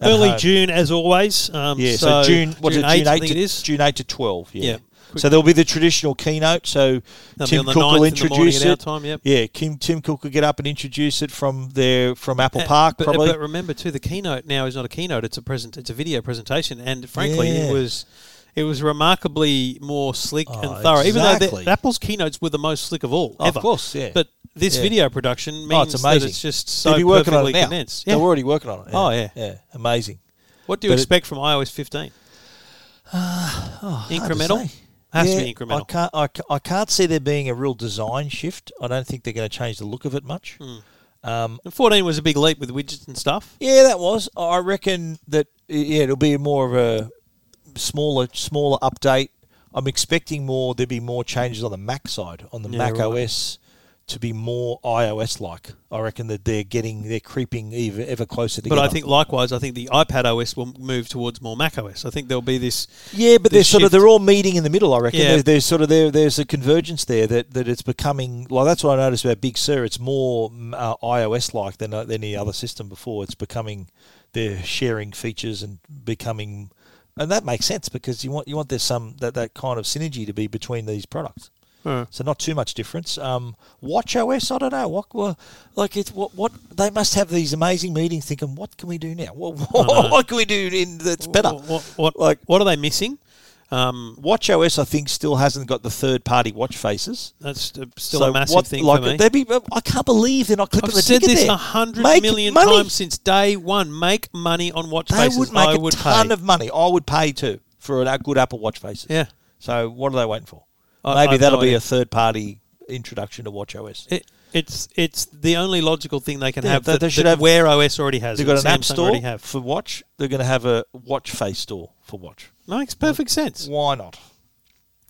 B: at
A: Early
B: home.
A: June, as always. Um,
B: Yeah, so, June what is it, June
A: 8th, I
B: eight
A: think
B: to
A: it is.
B: June eight to twelve. Yeah.
A: Yeah.
B: So there'll be the traditional keynote. So
A: That'll
B: Tim
A: be on the
B: Cook
A: 9th in the
B: will
A: morning
B: introduce
A: at our
B: it.
A: time, yep.
B: Yeah, Kim Tim Cook will get up and introduce it from their from Apple
A: Uh,
B: Park
A: but,
B: probably.
A: But remember too, the keynote now is not a keynote; it's a present, it's a video presentation, and frankly,
B: Yeah.
A: it was. It was remarkably more slick
B: Oh,
A: and thorough, even though
B: exactly.
A: the, Apple's keynotes were the most slick of all.
B: Of
A: ever.
B: course, yeah.
A: But this
B: Yeah.
A: video production means
B: oh, it's amazing.
A: that it's just so
B: They'll be working on
A: perfectly
B: it now.
A: condensed.
B: They're
A: Yeah.
B: already working on it.
A: Oh, yeah.
B: Yeah, amazing.
A: What do you
B: But it- Uh, oh,
A: expect from iOS 15? incremental
B: say.
A: has
B: Yeah,
A: to be incremental.
B: I can't, I, ca- I can't see there being a real design shift. I don't think they're going to change the look of it much.
A: Hmm.
B: Um,
A: And 14 was a big leap with widgets and stuff.
B: yeah, that was. I reckon that yeah, it'll be more of a smaller, smaller update. I'm expecting more. There'll be more changes on the Mac side, on the
A: Yeah,
B: Mac
A: right.
B: OS, to be more iOS like. I reckon that they're getting, they're creeping ever, ever closer
A: But
B: together.
A: I think likewise, I think the iPad OS will move towards more Mac OS. I think there'll be this.
B: Yeah, but
A: the
B: they're sort of
A: shift.
B: they're all meeting in the middle. I reckon
A: Yeah.
B: There- there's sort of there there's a convergence there that, that it's becoming like that's what I noticed about Big Sur. It's more mm, uh, iOS like than uh, than any other system before. It's becoming they're sharing features and becoming, and that makes sense because you want you want there's some that that kind of synergy to be between these products. So not too much difference. Um, Watch OS, I don't know. What, what like it's what what they must have these amazing meetings thinking. What can we do now? What, what, can we do in that's better?
A: What, what, what,
B: Like-
A: what are they missing? Um,
B: Watch OS, I think, still hasn't got the third party watch faces.
A: that's st- still
B: So
A: a massive
B: what-
A: thing
B: like,
A: for me.
B: they'd Be, um, I can't believe they're not clipping
A: I've
B: the
A: said
B: ticket
A: this
B: there.
A: a hundred
B: Make
A: million
B: money.
A: times since day one. Make money on watch
B: They
A: faces.
B: would make
A: I
B: a
A: would
B: ton
A: pay.
B: of money. I would pay too for a good Apple Watch faces.
A: yeah.
B: So what are they waiting for?
A: I- I
B: Maybe
A: have
B: that'll
A: no
B: be
A: idea.
B: a third party introduction to Watch OS.
A: It, it's it's the only logical thing they can
B: Yeah,
A: have.
B: they-
A: that,
B: they should
A: that
B: have-
A: Wear OS already has.
B: They've
A: that
B: got an app
A: Samsung
B: store
A: Already have.
B: for Watch. They're going to have a Watch Face store for Watch.
A: Makes perfect sense.
B: Why not?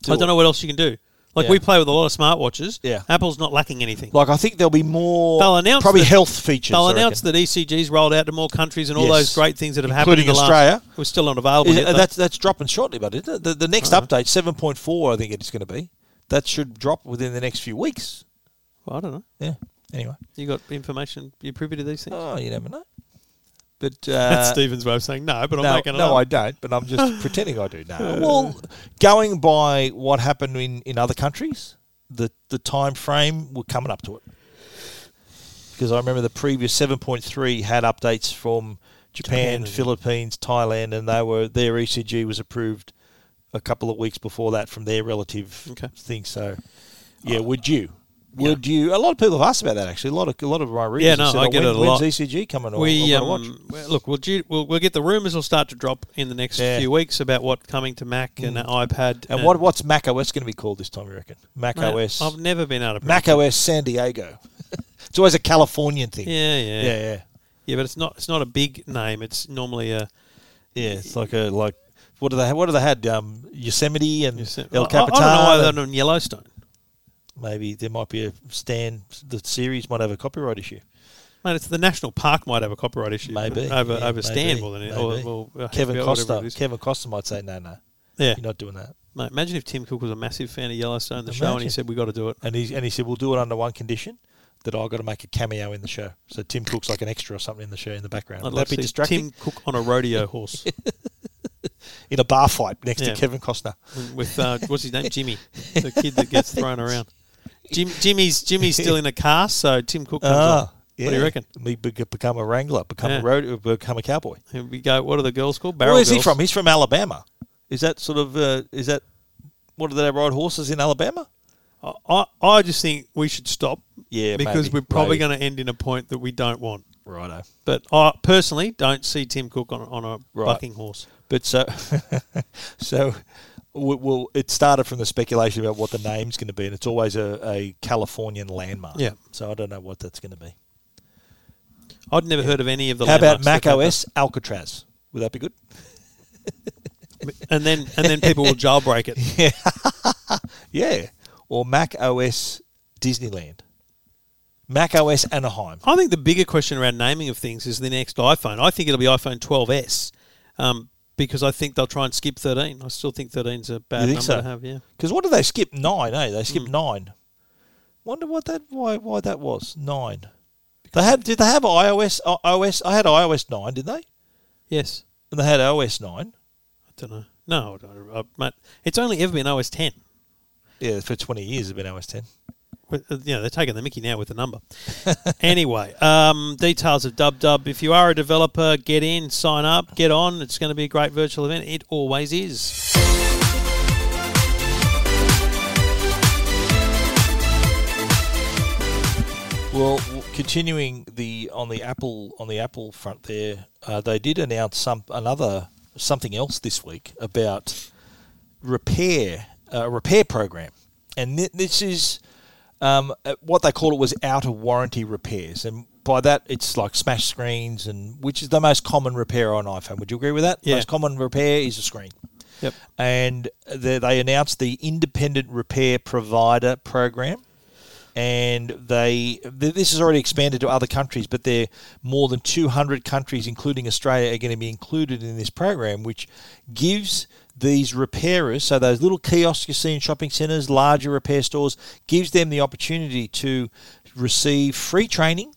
A: I don't know what else you can do. Like
B: Yeah.
A: we play with a lot of smartwatches.
B: Yeah.
A: Apple's not lacking anything.
B: Like I think there'll be more.
A: They'll announce
B: probably
A: that-
B: health features.
A: They'll
B: I
A: announce
B: reckon.
A: that ECG's rolled out to more countries and all
B: Yes.
A: those great things that have happened.
B: Including
A: in the
B: Australia.
A: Last, we're still not available.
B: Is-
A: yet,
B: uh,
A: though.
B: that's that's dropping shortly, but it? The, the next update, seven point four, I think it's going to be. That should drop within the next few weeks.
A: Well, I don't know.
B: Yeah. Anyway.
A: You got information? You privy to these things?
B: Oh, you never know. But uh,
A: that's Stephen's way of saying no, but I'm
B: no,
A: making it
B: no,
A: up.
B: I don't. But I'm just pretending I do. No. Well, going by what happened in, in other countries, the the time frame we're coming up to it. Because I remember the previous seven point three had updates from Japan,
A: Japan,
B: Philippines, Thailand, and they were their ECG was approved a couple of weeks before that from their relative
A: Okay.
B: thing. So, yeah, would you? Would you? A lot of people have asked about that actually. A lot of a lot of my readers
A: Yeah,
B: have
A: no,
B: said,
A: I
B: "Oh,
A: get
B: when-
A: it a
B: when's
A: lot.
B: ECG coming? on?
A: We
B: I
A: um,
B: wanna watch."
A: well, look. We'll, ju- we'll we'll get the rumours will start to drop in the next
B: Yeah. Mm.
A: few weeks about what coming to Mac and iPad.
B: And what what's Mac OS going to be called this time? You reckon Mac
A: Mate,
B: OS?
A: I've never been out of
B: Mac OS San Diego. it's always a Californian thing.
A: Yeah, yeah,
B: yeah, yeah.
A: yeah. But it's not it's not a big name. It's normally a
B: Yeah, it's like a like what do they what do they had um, Yosemite and
A: I-
B: El
A: I- I, don't
B: Capitan.
A: know why
B: and
A: they're not in Yellowstone.
B: maybe there might be a stand. The series might have a copyright issue.
A: Mate, it's the national park might have a copyright issue.
B: Maybe
A: over
B: yeah,
A: over Stan
B: maybe,
A: more than it.
B: maybe.
A: Or, uh, or
B: Kevin
A: HBO,
B: Costa.
A: whatever it is.
B: Kevin Costa might say no, no,
A: yeah,
B: you're not doing that.
A: mate. Imagine if Tim Cook was a massive fan of Yellowstone, the show, and he
B: Imagine.
A: said we got to do it.
B: And he and he said we'll do it under one condition. That I got to make a cameo in the show, so Tim Cook's like an extra or something in the show in the background.
A: I'd
B: Would
A: like
B: that be
A: to see
B: distracting?
A: Tim Cook on a rodeo horse.
B: in a bar fight next
A: Yeah.
B: to Kevin Costner.
A: with uh, what's his name, Jimmy, the kid that gets thrown around. Jim, Jimmy's Jimmy's still in a car, so Tim Cook comes
B: Ah.
A: on. What do you reckon?
B: Me be- become a wrangler, become
A: Yeah.
B: a road, become a cowboy.
A: Here we go. What are the girls called? Barrel
B: Where's he
A: girls.
B: from? He's from Alabama. Is that sort of? Uh, is that what do they ride horses in Alabama?
A: I, I, I just think we should stop.
B: Yeah,
A: because
B: maybe,
A: we're probably
B: maybe.
A: going to end in a point that we don't want.
B: Righto.
A: But I personally don't see Tim Cook on, a- on a
B: Right.
A: bucking horse.
B: But so, so we, well, it started from the speculation about what the name's going to be, and it's always a, a Californian landmark.
A: Yeah.
B: So I don't know what that's going to be.
A: I'd never heard of any of the.
B: How about
A: landmarks
B: Mac
A: that they've
B: OS Alcatraz? Would that be good?
A: done. And then and then people will jailbreak it.
B: Yeah. Or Mac OS Disneyland. Mac OS Anaheim.
A: I think the bigger question around naming of things is the next iPhone. I think it'll be iPhone 12s um, because I think they'll try and skip 13. I still think 13's a bad
B: You
A: number
B: think
A: to
B: so?
A: have. Yeah,
B: Because what did they skip? Nine, eh? They skipped nine. Wonder what that why why that was nine. They had did they have iOS uh, iOS? I had iOS nine, did they?
A: yes.
B: And they had OS nine.
A: I don't know. No, I don't- I- mate, it's only ever been OS 10.
B: Yeah, for twenty years it's been OS ten.
A: Well, uh, you know, they're taking the mickey now with the number. anyway, um, details of Dub Dub. If you are a developer, get in, sign up, get on. It's going to be a great virtual event. It always is.
B: Well, w- continuing the on the Apple on the Apple front, there uh, they did announce some another something else this week about repair uh, a repair program, and thi- this is um, uh, what they call it was out of warranty repairs, and by that it's like smashed screens, and which is the most common repair on iPhone. Would you agree with that?
A: Yeah.
B: Most common repair is a screen
A: Yep.
B: and they, they announced the independent repair provider program and they th- this is already expanded to other countries but there are more than 200 countries including australia are going to be included in this program which gives these repairers so those little kiosks you see in shopping centres larger repair stores gives them the opportunity to receive free training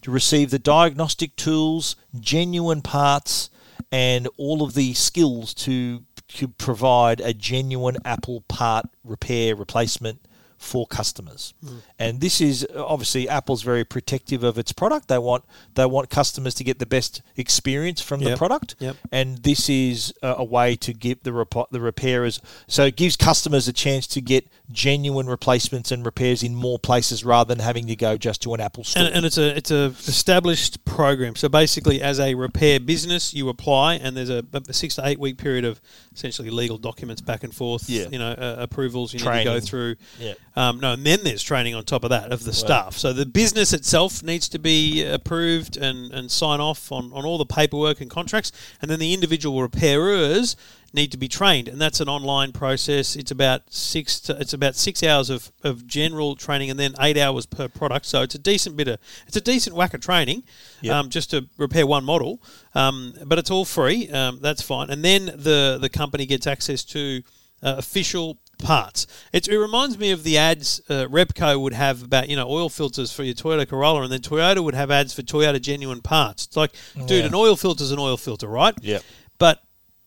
B: to receive the diagnostic tools, genuine parts, and all of the skills to, to provide a genuine Apple part repair replacement for customers.
A: Hmm.
B: And this is obviously Apple's very protective of its product. They want they want customers to get the best experience from the
A: Yep.
B: product
A: Yep.
B: and this is a, a way to give the rep- the repairers so it gives customers a chance to get genuine replacements and repairs in more places rather than having to go just to an Apple store.
A: And, and it's a it's a established program. So basically, as a repair business, you apply, and there's a, a six to eight week period of essentially legal documents back and forth.
B: Yeah.
A: You know, uh, approvals you need to go
B: Training.
A: through.
B: Yeah.
A: Um, no, and then there's training on top of that of the staff. So the business itself needs to be approved and, and sign off on, on all the paperwork and contracts. And then the individual repairers need to be trained. And that's an online process. It's about six to, it's about six hours of, of general training and then eight hours per product. So it's a decent bit of it's a decent whack of training
B: Yep.
A: um, just to repair one model. Um, but it's all free. Um, that's fine. And then the, the company gets access to uh, official parts. It's, it reminds me of the ads uh, Repco would have about you know oil filters for your Toyota Corolla, and then Toyota would have ads for Toyota genuine parts. It's like, dude, an oil filter's an oil filter, right?
B: Yep.
A: But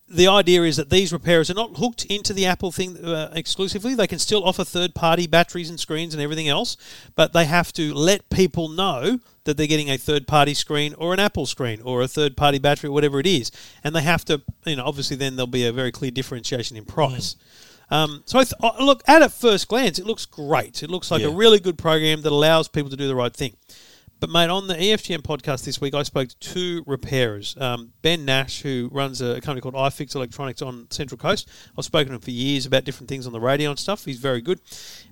A: the idea is that these repairers are not hooked into the Apple thing uh, exclusively. They can still offer third party batteries and screens and everything else, but they have to let people know that they're getting a third party screen or an Apple screen or a third party battery or whatever it is. And they have to, you know, obviously then there'll be a very clear differentiation in price. Um, so I th- I- look at it first glance, it looks great. It looks like a
B: Yeah.
A: really good program that allows people to do the right thing. But mate, on the E EFTM podcast this week, I spoke to two repairers, um, Ben Nash, who runs a company called iFix Electronics on Central Coast. I've spoken to him for years about different things on the radio and stuff. He's very good,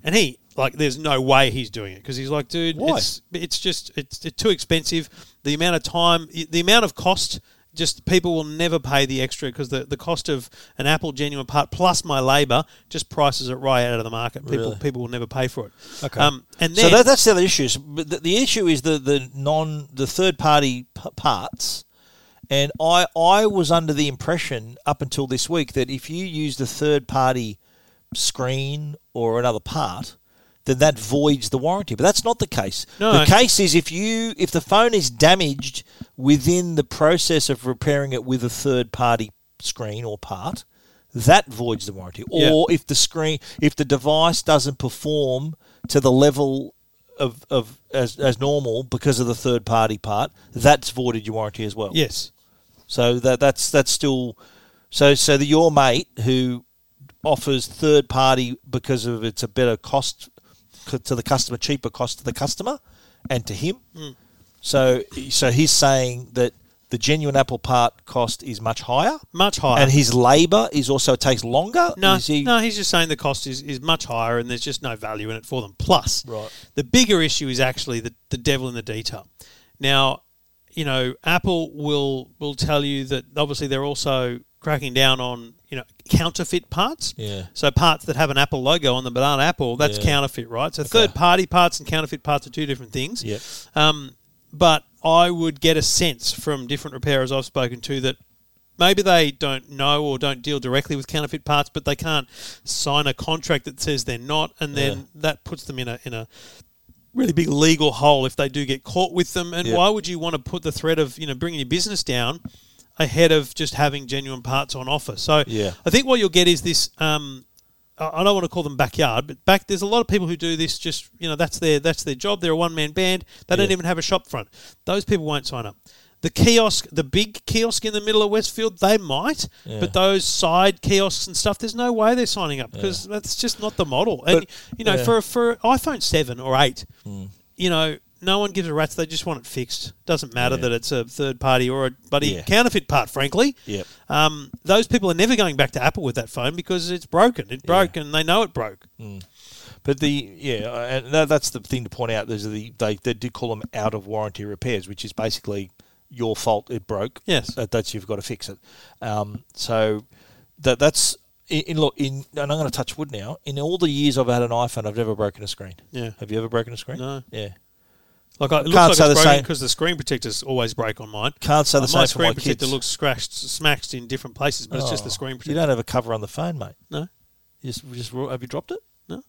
A: and he like, there's no way he's doing it because he's like, dude,
B: Why?
A: it's it's just it's, it's too expensive. The amount of time, the amount of cost. Just people will never pay the extra because the, the cost of an Apple genuine part plus my labour just prices it right out of the market. People
B: Really?
A: people will never pay for it.
B: Okay.
A: Um, and
B: so
A: then,
B: that, that's the other issue. So, But the, the issue is the, the non the third party p- parts, and I I was under the impression up until this week that if you use the third party screen or another part, then that voids the warranty. But that's not the case.
A: No.
B: The case is if you if the phone is damaged within the process of repairing it with a third party screen or part, that voids the warranty.
A: Yeah.
B: Or if the screen, if the device doesn't perform to the level of, of as, as normal because of the third party part, that's voided your warranty as well.
A: Yes.
B: So that that's that's still so so the your mate who offers third party because of it's a better cost co- to the customer, cheaper cost to the customer and to him.
A: Hmm.
B: So so he's saying that the genuine Apple part cost is much higher.
A: Much higher.
B: And his labour is also takes longer.
A: No,
B: Is he-
A: no, he's just saying the cost is, is much higher and there's just no value in it for them. Plus,
B: Right.
A: the bigger issue is actually the, the devil in the detail. Now, you know, Apple will will tell you that obviously they're also cracking down on, you know, counterfeit parts.
B: Yeah.
A: So parts that have an Apple logo on them but aren't Apple, that's
B: Yeah.
A: counterfeit, right? So third party parts and counterfeit parts are two different things.
B: Yep.
A: Um, but I would get a sense from different repairers I've spoken to that maybe they don't know or don't deal directly with counterfeit parts, but they can't sign a contract that says they're not, and then
B: Yeah.
A: that puts them in a in a really big legal hole if they do get caught with them. And
B: Yeah.
A: why would you want to put the threat of you know bringing your business down ahead of just having genuine parts on offer? So
B: Yeah.
A: I think what you'll get is this. Um, I I don't want to call them backyard, but back there's a lot of people who do this. Just you know, that's their that's their job. They're a one man band. They don't
B: Yeah.
A: even have a shop front. Those people won't sign up. The kiosk, the big kiosk in the middle of Westfield, they might,
B: Yeah.
A: but those side kiosks and stuff, there's no way they're signing up because that's just not the model. And you know,
B: yeah. Hmm.
A: for for iPhone seven or eight, you know, no one gives a rat's. They just want it fixed. Doesn't matter that it's a third party or a bloody
B: Yeah.
A: counterfeit part. Frankly,
B: Yep.
A: um, those people are never going back to Apple with that phone because it's broken. It broke, and they know it broke.
B: Mm. But the yeah, uh, and that, that's the thing to point out. There's the they they do call them out of warranty repairs, which is basically your fault. It broke. Uh,
A: Yes.
B: that, that's you've got to fix it. Um, so that that's in, in look in, and I'm going to touch wood now. In all the years I've had an iPhone, I've never broken a screen.
A: Yeah.
B: Have you ever broken a screen?
A: No.
B: Yeah.
A: Like I, it
B: Can't
A: looks
B: say
A: like
B: the
A: it's broken
B: same-
A: because the screen protectors always break on mine. Uh,
B: Can't say the
A: my
B: same for
A: screen
B: my
A: protector
B: kids.
A: looks scratched, smashed in different places, but it's just the
B: Oh,
A: screen
B: You
A: protector.
B: don't have a cover on the phone, mate.
A: No,
B: You just, you just ro- have you dropped it?
A: no,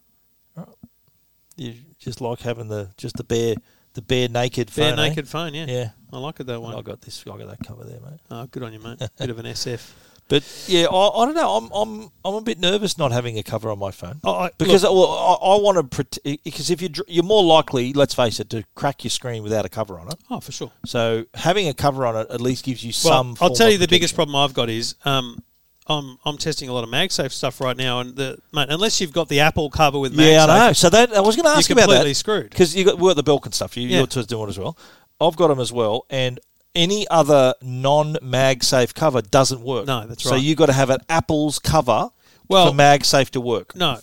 B: You just like having the just the bare the bare naked
A: bare
B: phone. eh?
A: naked phone. Yeah,
B: Yeah.
A: I like it that way.
B: I got this. I got that cover there, mate.
A: Oh, good on you, mate. Bit of an SF.
B: But yeah, I, I don't know. I'm I'm I'm a bit nervous not having a cover on my phone
A: Oh, I,
B: because well, I, I want to because if you dr- you're more likely, let's face it, to crack your screen without a cover on it.
A: oh, for sure.
B: So having a cover on it at least gives you
A: Well,
B: some.
A: I'll
B: form
A: tell
B: of
A: you the biggest
B: protection.
A: problem I've got is um, I'm I'm testing a lot of MagSafe stuff right now, and the mate, unless you've got the Apple cover with MagSafe,
B: Yeah, I know. So that I was going to ask you about
A: completely
B: that
A: screwed.
B: because you got we got the Belkin stuff. You,
A: Yeah.
B: Your tour's doing it as well. I've got them as well, and any other non-MagSafe cover doesn't work.
A: No, that's
B: So
A: right.
B: you got to have an Apple's cover
A: Well-
B: for MagSafe to work,
A: no.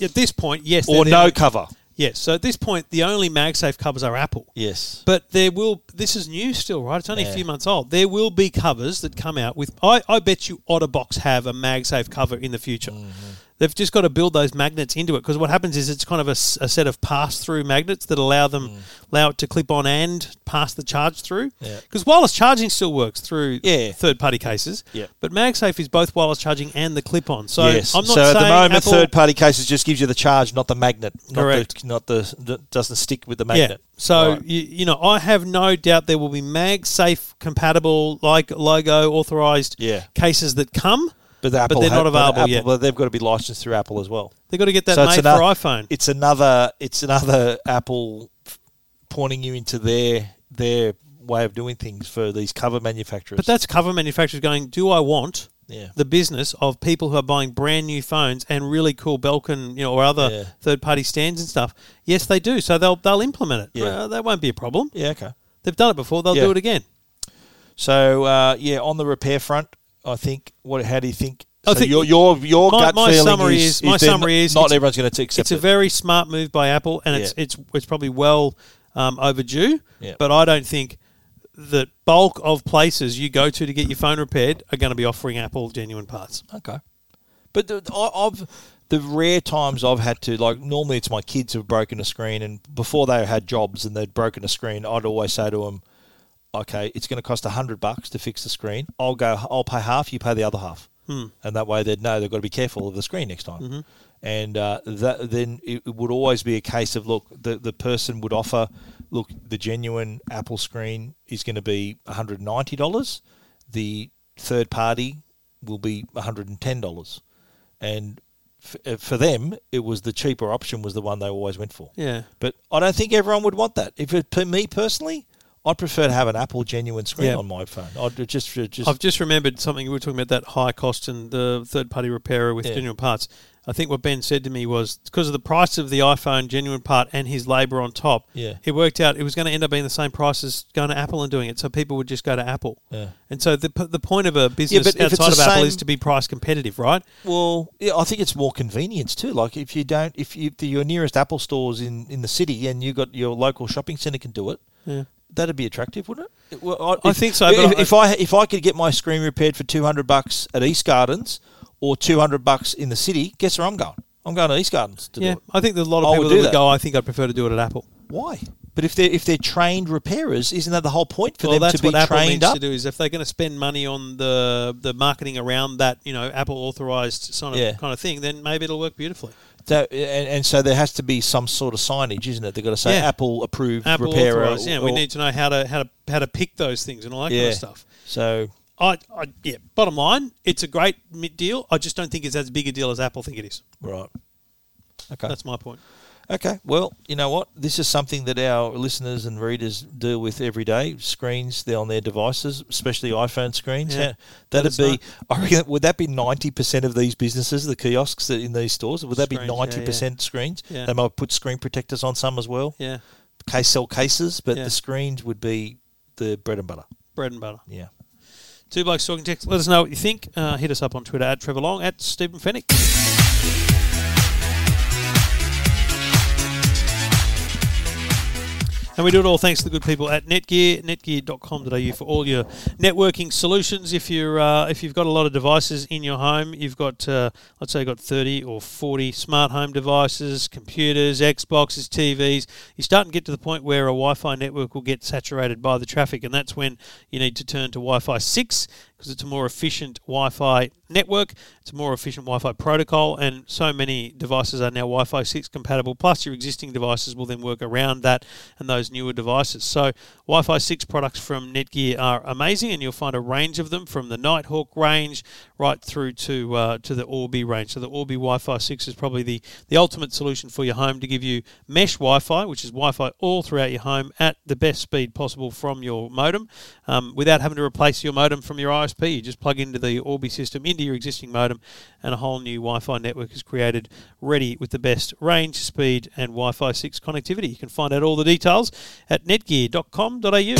A: At this point, yes,
B: or
A: they're the
B: no
A: only-
B: cover.
A: Yes, so at this point, the only MagSafe covers are Apple.
B: Yes.
A: But there will. This is new still, right? It's only a
B: Yeah.
A: few months old. There will be covers that come out with. I, I bet you OtterBox have a MagSafe cover in the future.
B: Mm-hmm.
A: They've just got to build those magnets into it because what happens is it's kind of a, s- a set of pass-through magnets that allow them allow it to clip on and pass the charge through.
B: Mm. Yeah.
A: Because wireless charging still works through
B: Yeah.
A: third-party cases.
B: Yeah.
A: But MagSafe is both wireless charging and the clip-on. So
B: yes.
A: I'm not
B: so at
A: saying
B: the moment,
A: Apple-
B: third party cases just gives you the charge, not the magnet. Not
A: Correct.
B: The, not the that doesn't stick with the magnet.
A: So
B: Right.
A: you, you know, I have no doubt there will be MagSafe compatible, like logo authorized
B: Yeah.
A: cases that come.
B: but, the Apple
A: they're
B: ha-
A: not
B: the
A: available
B: Apple-
A: yet.
B: But they've got to be licensed through Apple as well.
A: They've got to get that
B: So it's
A: made for
B: another-
A: iPhone.
B: It's another. It's another Apple f- pointing you into their their way of doing things for these cover manufacturers.
A: but that's cover manufacturers going. Do I want
B: yeah.
A: the business of people who are buying brand new phones and really cool Belkin, you know, or other
B: Yeah.
A: third party stands and stuff? Yes, they do. So they'll they'll implement it.
B: Yeah.
A: Well, that won't be a problem.
B: yeah. Okay.
A: They've done it before. They'll
B: Yeah.
A: do it again.
B: So uh, yeah, on the repair front, I think. What? How do you think?
A: I
B: so
A: think-
B: your your your
A: My-
B: gut
A: my
B: feeling
A: summary
B: is,
A: is- my
B: they're
A: summary
B: n-
A: is
B: not
A: it's-
B: everyone's going to accept
A: it's
B: it.
A: a very smart move by Apple, and it's
B: Yeah.
A: it's it's probably well um, overdue.
B: Yeah.
A: But I don't think the bulk of places you go to to get your phone repaired are going to be offering Apple genuine parts.
B: Okay. But the, I, I've the rare times I've had to like normally it's my kids who've broken a screen, and before they had jobs and they'd broken a screen, I'd always say to them, "Okay, it's going to cost a hundred bucks to fix the screen. I'll go. I'll pay half. You pay the other half." And that way they'd know they've got to be careful of the screen next time. And uh, that then it would always be a case of look, the, the person would offer, look, the genuine Apple screen is going to be $190. The third party will be $110. And f- uh, for them, it was the cheaper option was the one they always went for.
A: Yeah.
B: But I don't think everyone would want that. If it for me personally, I'd prefer to have an Apple genuine screen
A: Yeah.
B: on my phone. I'd uh, just just
A: I've just remembered something. We were talking about that high cost and the third party repairer with
B: Yeah.
A: genuine parts. I think what Ben said to me was because of the price of the iPhone genuine part and his labor on top,
B: Yeah.
A: it worked out it was going to end up being the same price as going to Apple and doing it. So people would just go to Apple.
B: Yeah.
A: And so the, p- the point of a business
B: but if it's
A: outside of
B: the
A: Apple
B: same-
A: is to be price competitive, right?
B: Well, yeah, I think it's more convenience too. Like if you don't, if you, the, your nearest Apple stores in in the city, and you got your local shopping centre can do it.
A: Yeah.
B: That'd be attractive, wouldn't it? It- well,
A: I
B: if-
A: think so,
B: If,
A: but I-
B: if I if I could get my screen repaired for two hundred bucks at East Gardens, or two hundred bucks in the city, guess where I'm going? I'm going to East Gardens to
A: yeah.
B: do it.
A: I think there's a lot of
B: I would
A: people
B: do
A: that would
B: that.
A: go, I think I'd prefer to do it at Apple.
B: Why? But if they're if they're trained repairers, isn't that the whole point for
A: well,
B: them
A: that's
B: to be
A: what Apple
B: trained
A: needs
B: up?
A: to do is if they're going to spend money on the the marketing around that, you know, Apple authorized sort of
B: Yeah.
A: kind of thing, then maybe it'll work beautifully.
B: So- and, and so there has to be some sort of signage, isn't it? They've got to say
A: Yeah.
B: Apple approved
A: Apple
B: repairer.
A: authorized. Yeah, we
B: or-
A: need to know how to how to how to pick those things and all that
B: yeah.
A: kind of stuff.
B: So
A: I, I yeah. Bottom line, it's a great mi- deal. I just don't think it's as big a deal as Apple think it is.
B: Right. Okay.
A: That's my point.
B: okay. Well, you know what? This is something that our listeners and readers deal with every day. Screens they're on their devices, especially iPhone screens.
A: Yeah.
B: Yeah. That'd
A: us
B: be.
A: know.
B: I reckon would that be ninety percent of these businesses, the kiosks that in these stores? Would that
A: Screens,
B: be
A: yeah,
B: ninety percent screens?
A: Yeah.
B: They might put screen protectors on some as well.
A: Yeah,
B: Case sell cases, but
A: Yeah.
B: the screens would be the bread and butter.
A: bread and butter.
B: Yeah.
A: Two blokes talking text. Let us know what you think. Uh, hit us up on Twitter at Trevor Long at Stephen Fennick. And we do it all thanks to the good people at Netgear, netgear.com.au for all your networking solutions. If you're uh, if you've got a lot of devices in your home, you've got uh, let's say you've got 30 or 40 smart home devices, computers, Xboxes, TVs. You're starting to get to the point where a Wi-Fi network will get saturated by the traffic, and that's when you need to turn to Wi-Fi 6 because it's a more efficient Wi-Fi network. It's a more efficient Wi-Fi protocol, and so many devices are now Wi-Fi 6 compatible. Plus, your existing devices will then work around that and those newer devices. So, Wi-Fi 6 products from Netgear are amazing, and you'll find a range of them from the Nighthawk range right through to uh, to the Orbi range. So, the Orbi Wi-Fi 6 is probably the the ultimate solution for your home to give you mesh Wi-Fi, which is Wi-Fi all throughout your home at the best speed possible from your modem, um, without having to replace your modem from your ISP. You just plug into the Orbi system into your existing modem, and a whole new Wi-Fi network is created, ready with the best range, speed, and Wi-Fi 6 connectivity. You can find out all the details at netgear.com.au.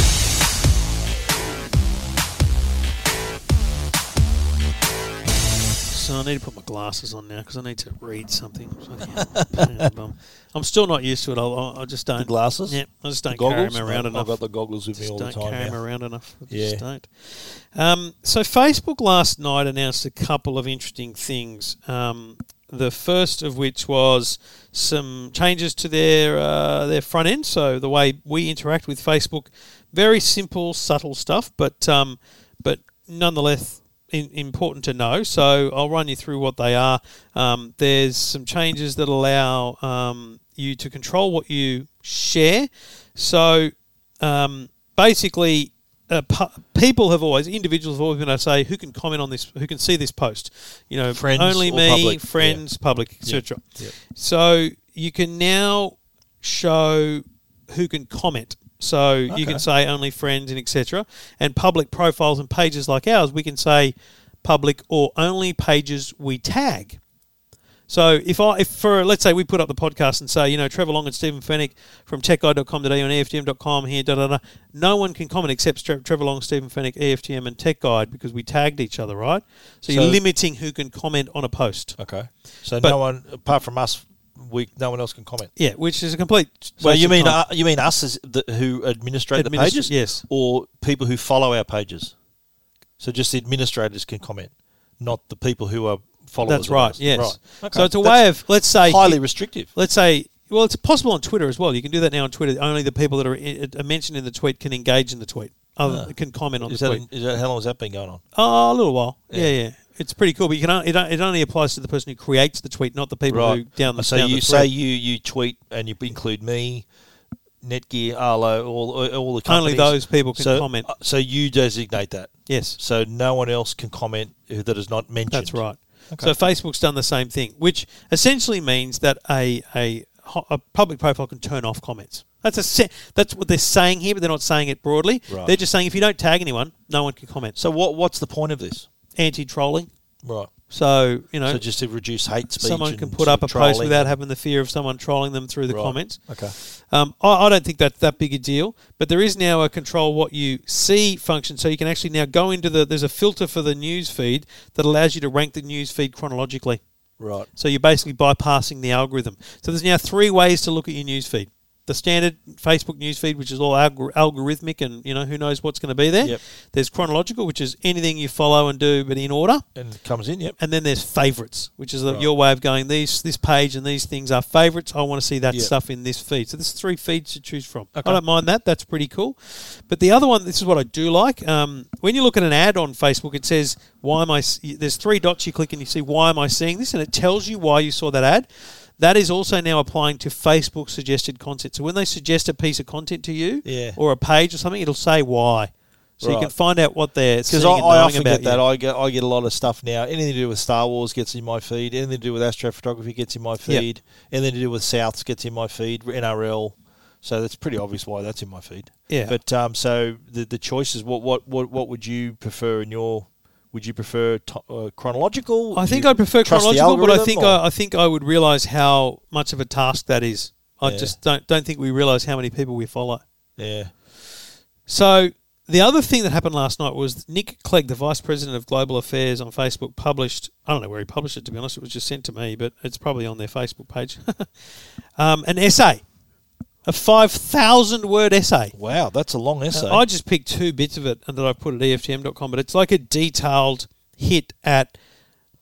A: So I need to put my glasses on now because I need to read something. Fucking pain in the bum. I'm still not used to it. I'll- I'll, I just don't.
B: The glasses.
A: Yeah, I just
B: The
A: don't carry
B: goggles?
A: them around
B: No,
A: enough.
B: I've got the goggles with me
A: just
B: all the
A: don't
B: time.
A: carry them
B: now.
A: around enough. I
B: Yeah.
A: Just don't. Um, so Facebook last night announced a couple of interesting things. Um, the first of which was some changes to their uh, their front end, so the way we interact with Facebook. Very simple, subtle stuff, but um, but nonetheless in, important to know. So I'll run you through what they are. Um, there's some changes that allow um, you to control what you share. So um, basically, uh, pu- people have always, individuals have always been able to say who can comment on this, who can see this post. You know,
B: Friends
A: only
B: or
A: me,
B: public.
A: friends, public, etc.
B: Yeah.
A: So you can now show who can comment. So you
B: Okay.
A: can say only friends and etc. And public profiles and pages like ours, we can say public or only pages we tag. So if I if for let's say we put up the podcast and say, you know, Trevor Long and Stephen Fennick from techguide.com today on EFTM.com here, da da da no one can comment except Tre- Trevor Long, Stephen Fennick, EFTM and Tech Guide because we tagged each other, right? So,
B: So-
A: you're limiting who can comment on a post.
B: Okay. So
A: But-
B: no one apart from us, we no one else can comment.
A: Yeah, which is a complete
B: So
A: waste
B: you
A: of
B: mean
A: time.
B: uh, you mean us as the, who administrate the
A: Administ-
B: pages?
A: yes.
B: Or people who follow our pages. So just the administrators can comment, not the people who are followers.
A: That's
B: of
A: right.
B: us.
A: Yes.
B: Okay.
A: So it's a
B: That's
A: way of let's say
B: highly restrictive.
A: let's say well, it's possible on Twitter as well. You can do that now on Twitter. Only the people that are, i- are mentioned in the tweet can engage in the tweet. Other, can comment on
B: Ah. Is
A: the
B: that,
A: tweet.
B: is that how long has that been going on?
A: Oh, a little while. Yeah, yeah. It's pretty cool, but you can on- it, o- it only applies to the person who creates the tweet, not the people who down the
B: so
A: down
B: you
A: the
B: say
A: thread.
B: you you tweet and you include me. Netgear, Arlo, all all the
A: Only
B: companies.
A: those people can
B: so,
A: comment.
B: uh, So you designate that.
A: Yes,
B: So no one else can comment who- that is not mentioned.
A: that's right.
B: Okay.
A: So Facebook's done the same thing, which essentially means that a a, ho- a public profile can turn off comments. That's a se- that's what they're saying here, but they're not saying it broadly.
B: Right.
A: They're just saying if you don't tag anyone, no one can comment. So
B: So what what's the point of this?
A: anti trolling.
B: Right.
A: So you know,
B: So just to reduce hate speech.
A: someone
B: and
A: can
B: sort
A: put up a
B: of trolling.
A: post without having the fear of someone trolling them through the
B: Right.
A: comments.
B: Okay.
A: Um, I, I don't think that's that big a deal, but there is now a control what you see function, so you can actually now go into the. There's a filter for the news feed that allows you to rank the news feed chronologically.
B: Right.
A: So you're basically bypassing the algorithm. So there's now three ways to look at your news feed. The standard Facebook news feed, which is all algor- algorithmic, and you know who knows what's going to be there.
B: Yep.
A: There's chronological, which is anything you follow and do, but in order
B: And it comes in. Yep.
A: and then there's favorites, which is the-
B: Right.
A: your way of going. These this page and these things are favorites. I want to see that
B: Yeah.
A: stuff in this feed. So there's three feeds to choose from.
B: Okay.
A: I don't mind that. That's pretty cool. But the other one, this is what I do like. Um, when you look at an ad on Facebook, it says why am I? s- There's three dots you click and you see why am I seeing this, and it tells you why you saw that ad. That is also now applying to Facebook suggested content. So when they suggest a piece of content to you,
B: Yeah.
A: or a page or something, it'll say why. So you
B: Right.
A: can find out what they're
B: Because
A: seeing
B: I,
A: and
B: I
A: knowing
B: often
A: about
B: get that.
A: you.
B: I get I get a lot of stuff now. Anything to do with Star Wars gets in my feed. Anything to do with astrophotography gets in my feed. Anything to do with Souths gets in my feed. NRL. So that's pretty obvious why that's in my feed.
A: Yeah.
B: But um, so the the choices. What what what what would you prefer in your? Would you prefer to, uh, chronological?
A: I
B: Would
A: think
B: you
A: I'd prefer
B: trust the
A: chronological, but I think
B: algorithm,
A: I, I think I would realise how much of a task that is. I
B: Yeah.
A: just don't don't think we realise how many people we follow.
B: or- yeah.
A: So the other thing that happened last night was Nick Clegg, the vice president of global affairs on Facebook, published. I don't know where he published it. To be honest, it was just sent to me, but it's probably on their Facebook page. um, an essay, a five thousand word essay. Uh,
B: Wow, that's a long essay.
A: I just picked two bits of it and that I put at E EFTM.com, but it's like a detailed hit at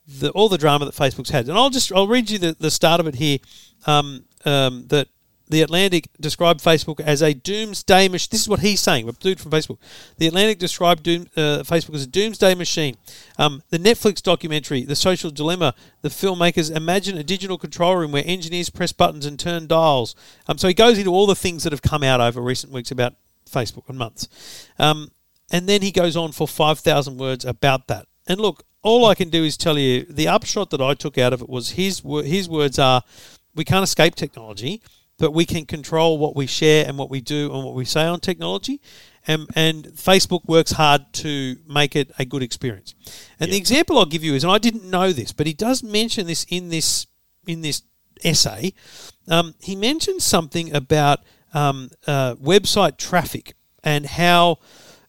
A: the, all the drama that Facebook's had. And I'll just I'll read you the, the start of it here. Um, um, that the Atlantic described Facebook as a doomsday machine. This is what he's saying, a dude from Facebook. The Atlantic described doom, uh, Facebook as a doomsday machine. Um, the Netflix documentary, The Social Dilemma, the filmmakers imagine a digital control room where engineers press buttons and turn dials. Um, so he goes into all the things that have come out over recent weeks about Facebook and months. Um, and then he goes on for 5,000 words about that. And look, all I can do is tell you the upshot that I took out of it was his, wo- his words are we can't escape technology, but we can control what we share and what we do and what we say on technology. And, and Facebook works hard to make it a good experience. And the example I'll give you is, and I didn't know this, but he does mention this in this in this essay, um, he mentions something about um, uh, website traffic and how.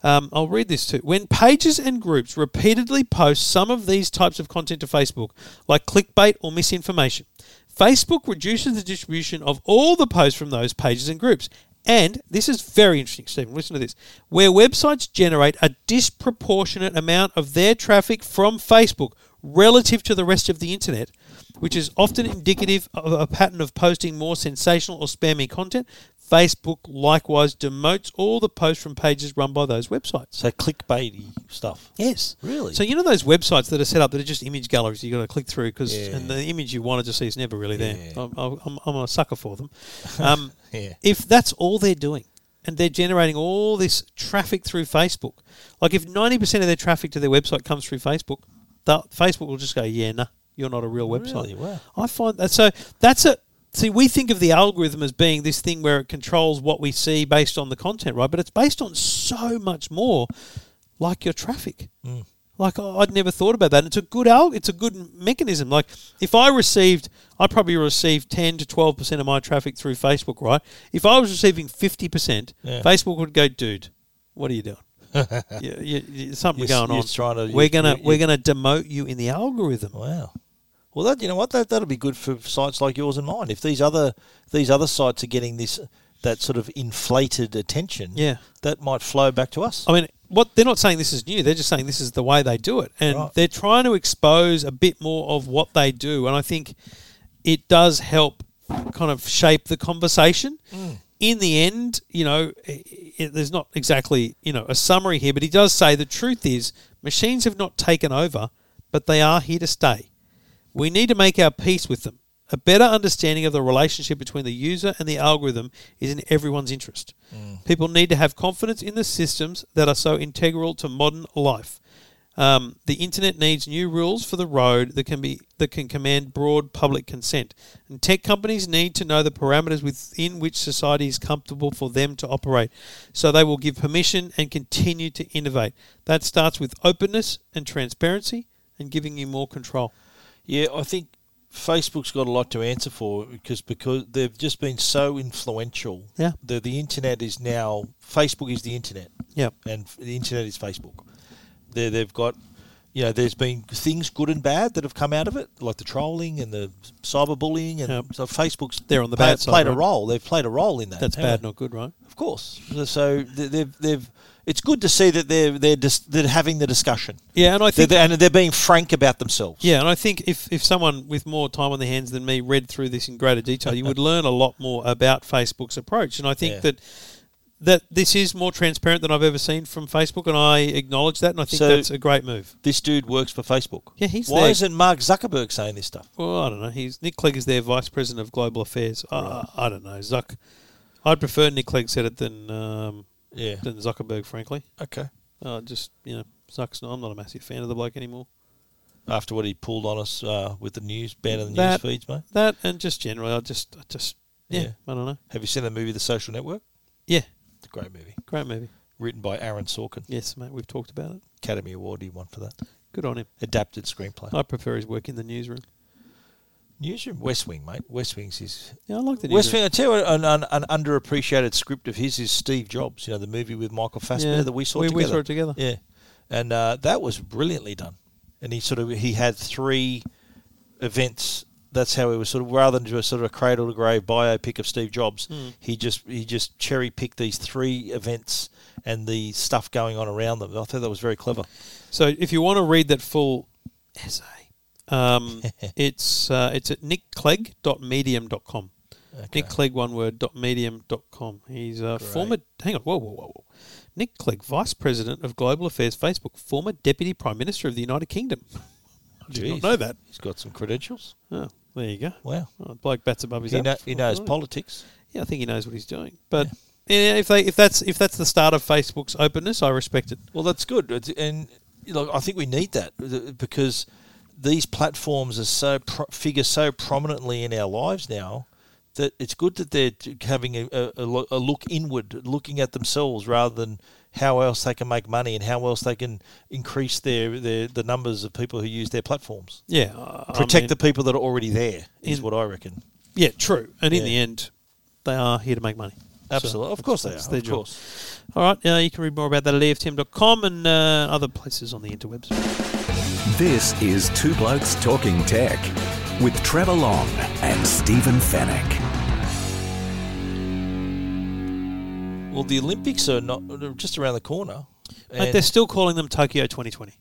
A: Um, I'll read this too. When pages and groups repeatedly post some of these types of content to Facebook, like clickbait or misinformation, Facebook reduces the distribution of all the posts from those pages and groups. And this is very interesting, Stephen. Listen to this. Where websites generate a disproportionate amount of their traffic from Facebook relative to the rest of the internet, which is often indicative of a pattern of posting more sensational or spammy content. Facebook likewise demotes all the posts from pages run by those websites.
B: so clickbaity stuff.
A: Yes.
B: Really?
A: So you know those websites that are set up that are just image galleries you got to click through because
B: Yeah.
A: and the image you wanted to see is never really there.
B: Yeah.
A: I'm, I'm, I'm a sucker for them. Um,
B: Yeah.
A: If that's all they're doing and they're generating all this traffic through Facebook, like if 90% of their traffic to their website comes through Facebook, the, Facebook will just go, yeah, nah, you're not a real website.
B: Really? Wow.
A: I find that so that's a see we think of the algorithm as being this thing where it controls what we see based on the content, right? But it's based on so much more, like your traffic.
B: Mm.
A: Like I- I'd never thought about that. And it's a good al- it's a good mechanism. Like if I received, I probably received ten to twelve percent of my traffic through Facebook, right? If I was receiving fifty percent,
B: Yeah.
A: Facebook would go, dude, what are you doing? you, you, you, something
B: You're s-
A: going
B: you're
A: on.
B: trying to-
A: we're
B: you're-
A: gonna
B: you're-
A: we're gonna demote you in the algorithm.
B: Wow. Well, that you know what that that'll be good for sites like yours and mine. If these other these other sites are getting this that sort of inflated attention,
A: Yeah.
B: that might flow back to us.
A: I mean, what they're not saying this is new. They're just saying this is the way they do it, and
B: Right.
A: they're trying to expose a bit more of what they do. And I think it does help kind of shape the conversation. In the end, you know, i i there's not exactly you know a summary here, but he does say the truth is machines have not taken over, but they are here to stay. We need to make our peace with them. A better understanding of the relationship between the user and the algorithm is in everyone's interest. People need to have confidence in the systems that are so integral to modern life. Um, the internet needs new rules for the road that can be that can command broad public consent, and tech companies need to know the parameters within which society is comfortable for them to operate, so they will give permission and continue to innovate. That starts with openness and transparency, and giving you more control.
B: Yeah, I think Facebook's got a lot to answer for because because they've just been so influential.
A: Yeah.
B: the the internet is now Facebook is the internet,
A: Yeah,
B: and f- the internet is Facebook. They they've got. You know, there's been things good and bad that have come out of it, like the trolling and the cyberbullying, and
A: Yep.
B: so Facebook's
A: They're on the
B: play-
A: bad side,
B: played a
A: right?
B: role. They've played a role in that.
A: that's
B: haven't
A: bad,
B: they?
A: not good, right?
B: Of course. So- So they- they've they've. It's good to see that they're they're dis- they're having the discussion.
A: Yeah, and I
B: They're,
A: think
B: they're- and they're being frank about themselves.
A: Yeah, and I think if, if someone with more time on their hands than me read through this in greater detail, you would learn a lot more about Facebook's approach. And I think
B: Yeah.
A: that that this is more transparent than I've ever seen from Facebook, and I acknowledge that, and I think
B: So-
A: that's a great move.
B: This dude works for Facebook.
A: Yeah, he's
B: Why
A: there.
B: isn't Mark Zuckerberg saying this stuff?
A: Well, I don't know. He's Nick Clegg is their vice president of global affairs. Uh, I don't know, Zuck. I'd prefer Nick Clegg said it than um,
B: Yeah.
A: than Zuckerberg, frankly.
B: Okay.
A: Uh, just you know, Zuck's. Not, I'm not a massive fan of the bloke anymore.
B: After what he pulled on us uh, with the news, banning the
A: That-
B: news feeds, mate.
A: That and just generally, I just, I just, yeah,
B: Yeah.
A: I don't know.
B: Have you seen the movie The Social Network?
A: Yeah,
B: It's a great movie,
A: great movie.
B: written by Aaron Sorkin.
A: Yes, mate, we've talked about it.
B: Academy Award he won for that.
A: Good on him.
B: Adapted screenplay.
A: I prefer his work in the newsroom.
B: Newsroom, West Wing, mate. West Wing's his.
A: Yeah, I like the
B: West Wing.
A: newsroom.
B: I tell you, what, an, an, an underappreciated script of his is Steve Jobs. You know the movie with Michael Fassbender that we saw
A: we,
B: together.
A: saw it together.
B: Yeah, and uh, that was brilliantly done. And he sort of he had three events. That's how he was sort of rather than do a sort of a cradle to grave biopic of Steve Jobs.
A: Hmm.
B: He just he just cherry picked these three events and the stuff going on around them. I thought that was very clever.
A: So if you want to read that full essay, um, it's uh, it's at nickclegg.medium.com. Nick Clegg, one word, dot medium dot com. He's a former, hang on, whoa, whoa, whoa, whoa. Nick Clegg, Vice President of Global Affairs Facebook, former Deputy Prime Minister of the United Kingdom. I did
B: Jeez.
A: not know that.
B: He's got some credentials.
A: Oh, there you go.
B: Wow.
A: Oh, bloke bats above his
B: He,
A: head.
B: kno- he knows
A: Right.
B: politics.
A: Yeah, I think he knows what he's doing. But yeah, if they if that's if that's the start of Facebook's openness, I respect it.
B: Well, that's good, It's- and look, I think we need that th- because these platforms are so pro- figure so prominently in our lives now that it's good that they're t- having a, a, a lo- a look inward, looking at themselves rather than how else they can make money and how else they can increase their, their the numbers of people who use their platforms.
A: Yeah,
B: Protect the people that are already there is
A: In-
B: what I reckon.
A: yeah, true. And in
B: Yeah.
A: the end, they are here to make money. So
B: Absolutely, of
A: that's-
B: course they
A: that's
B: are.
A: their
B: Of
A: job.
B: course.
A: All right, uh, you can read more about that at EFTM.com and uh, other places on the interwebs.
C: This is Two Blokes Talking Tech with Trevor Long and Stephen Fennec.
B: Well, the Olympics are not are just around the corner.
A: Mate,
B: and-
A: they're still calling them Tokyo 2020.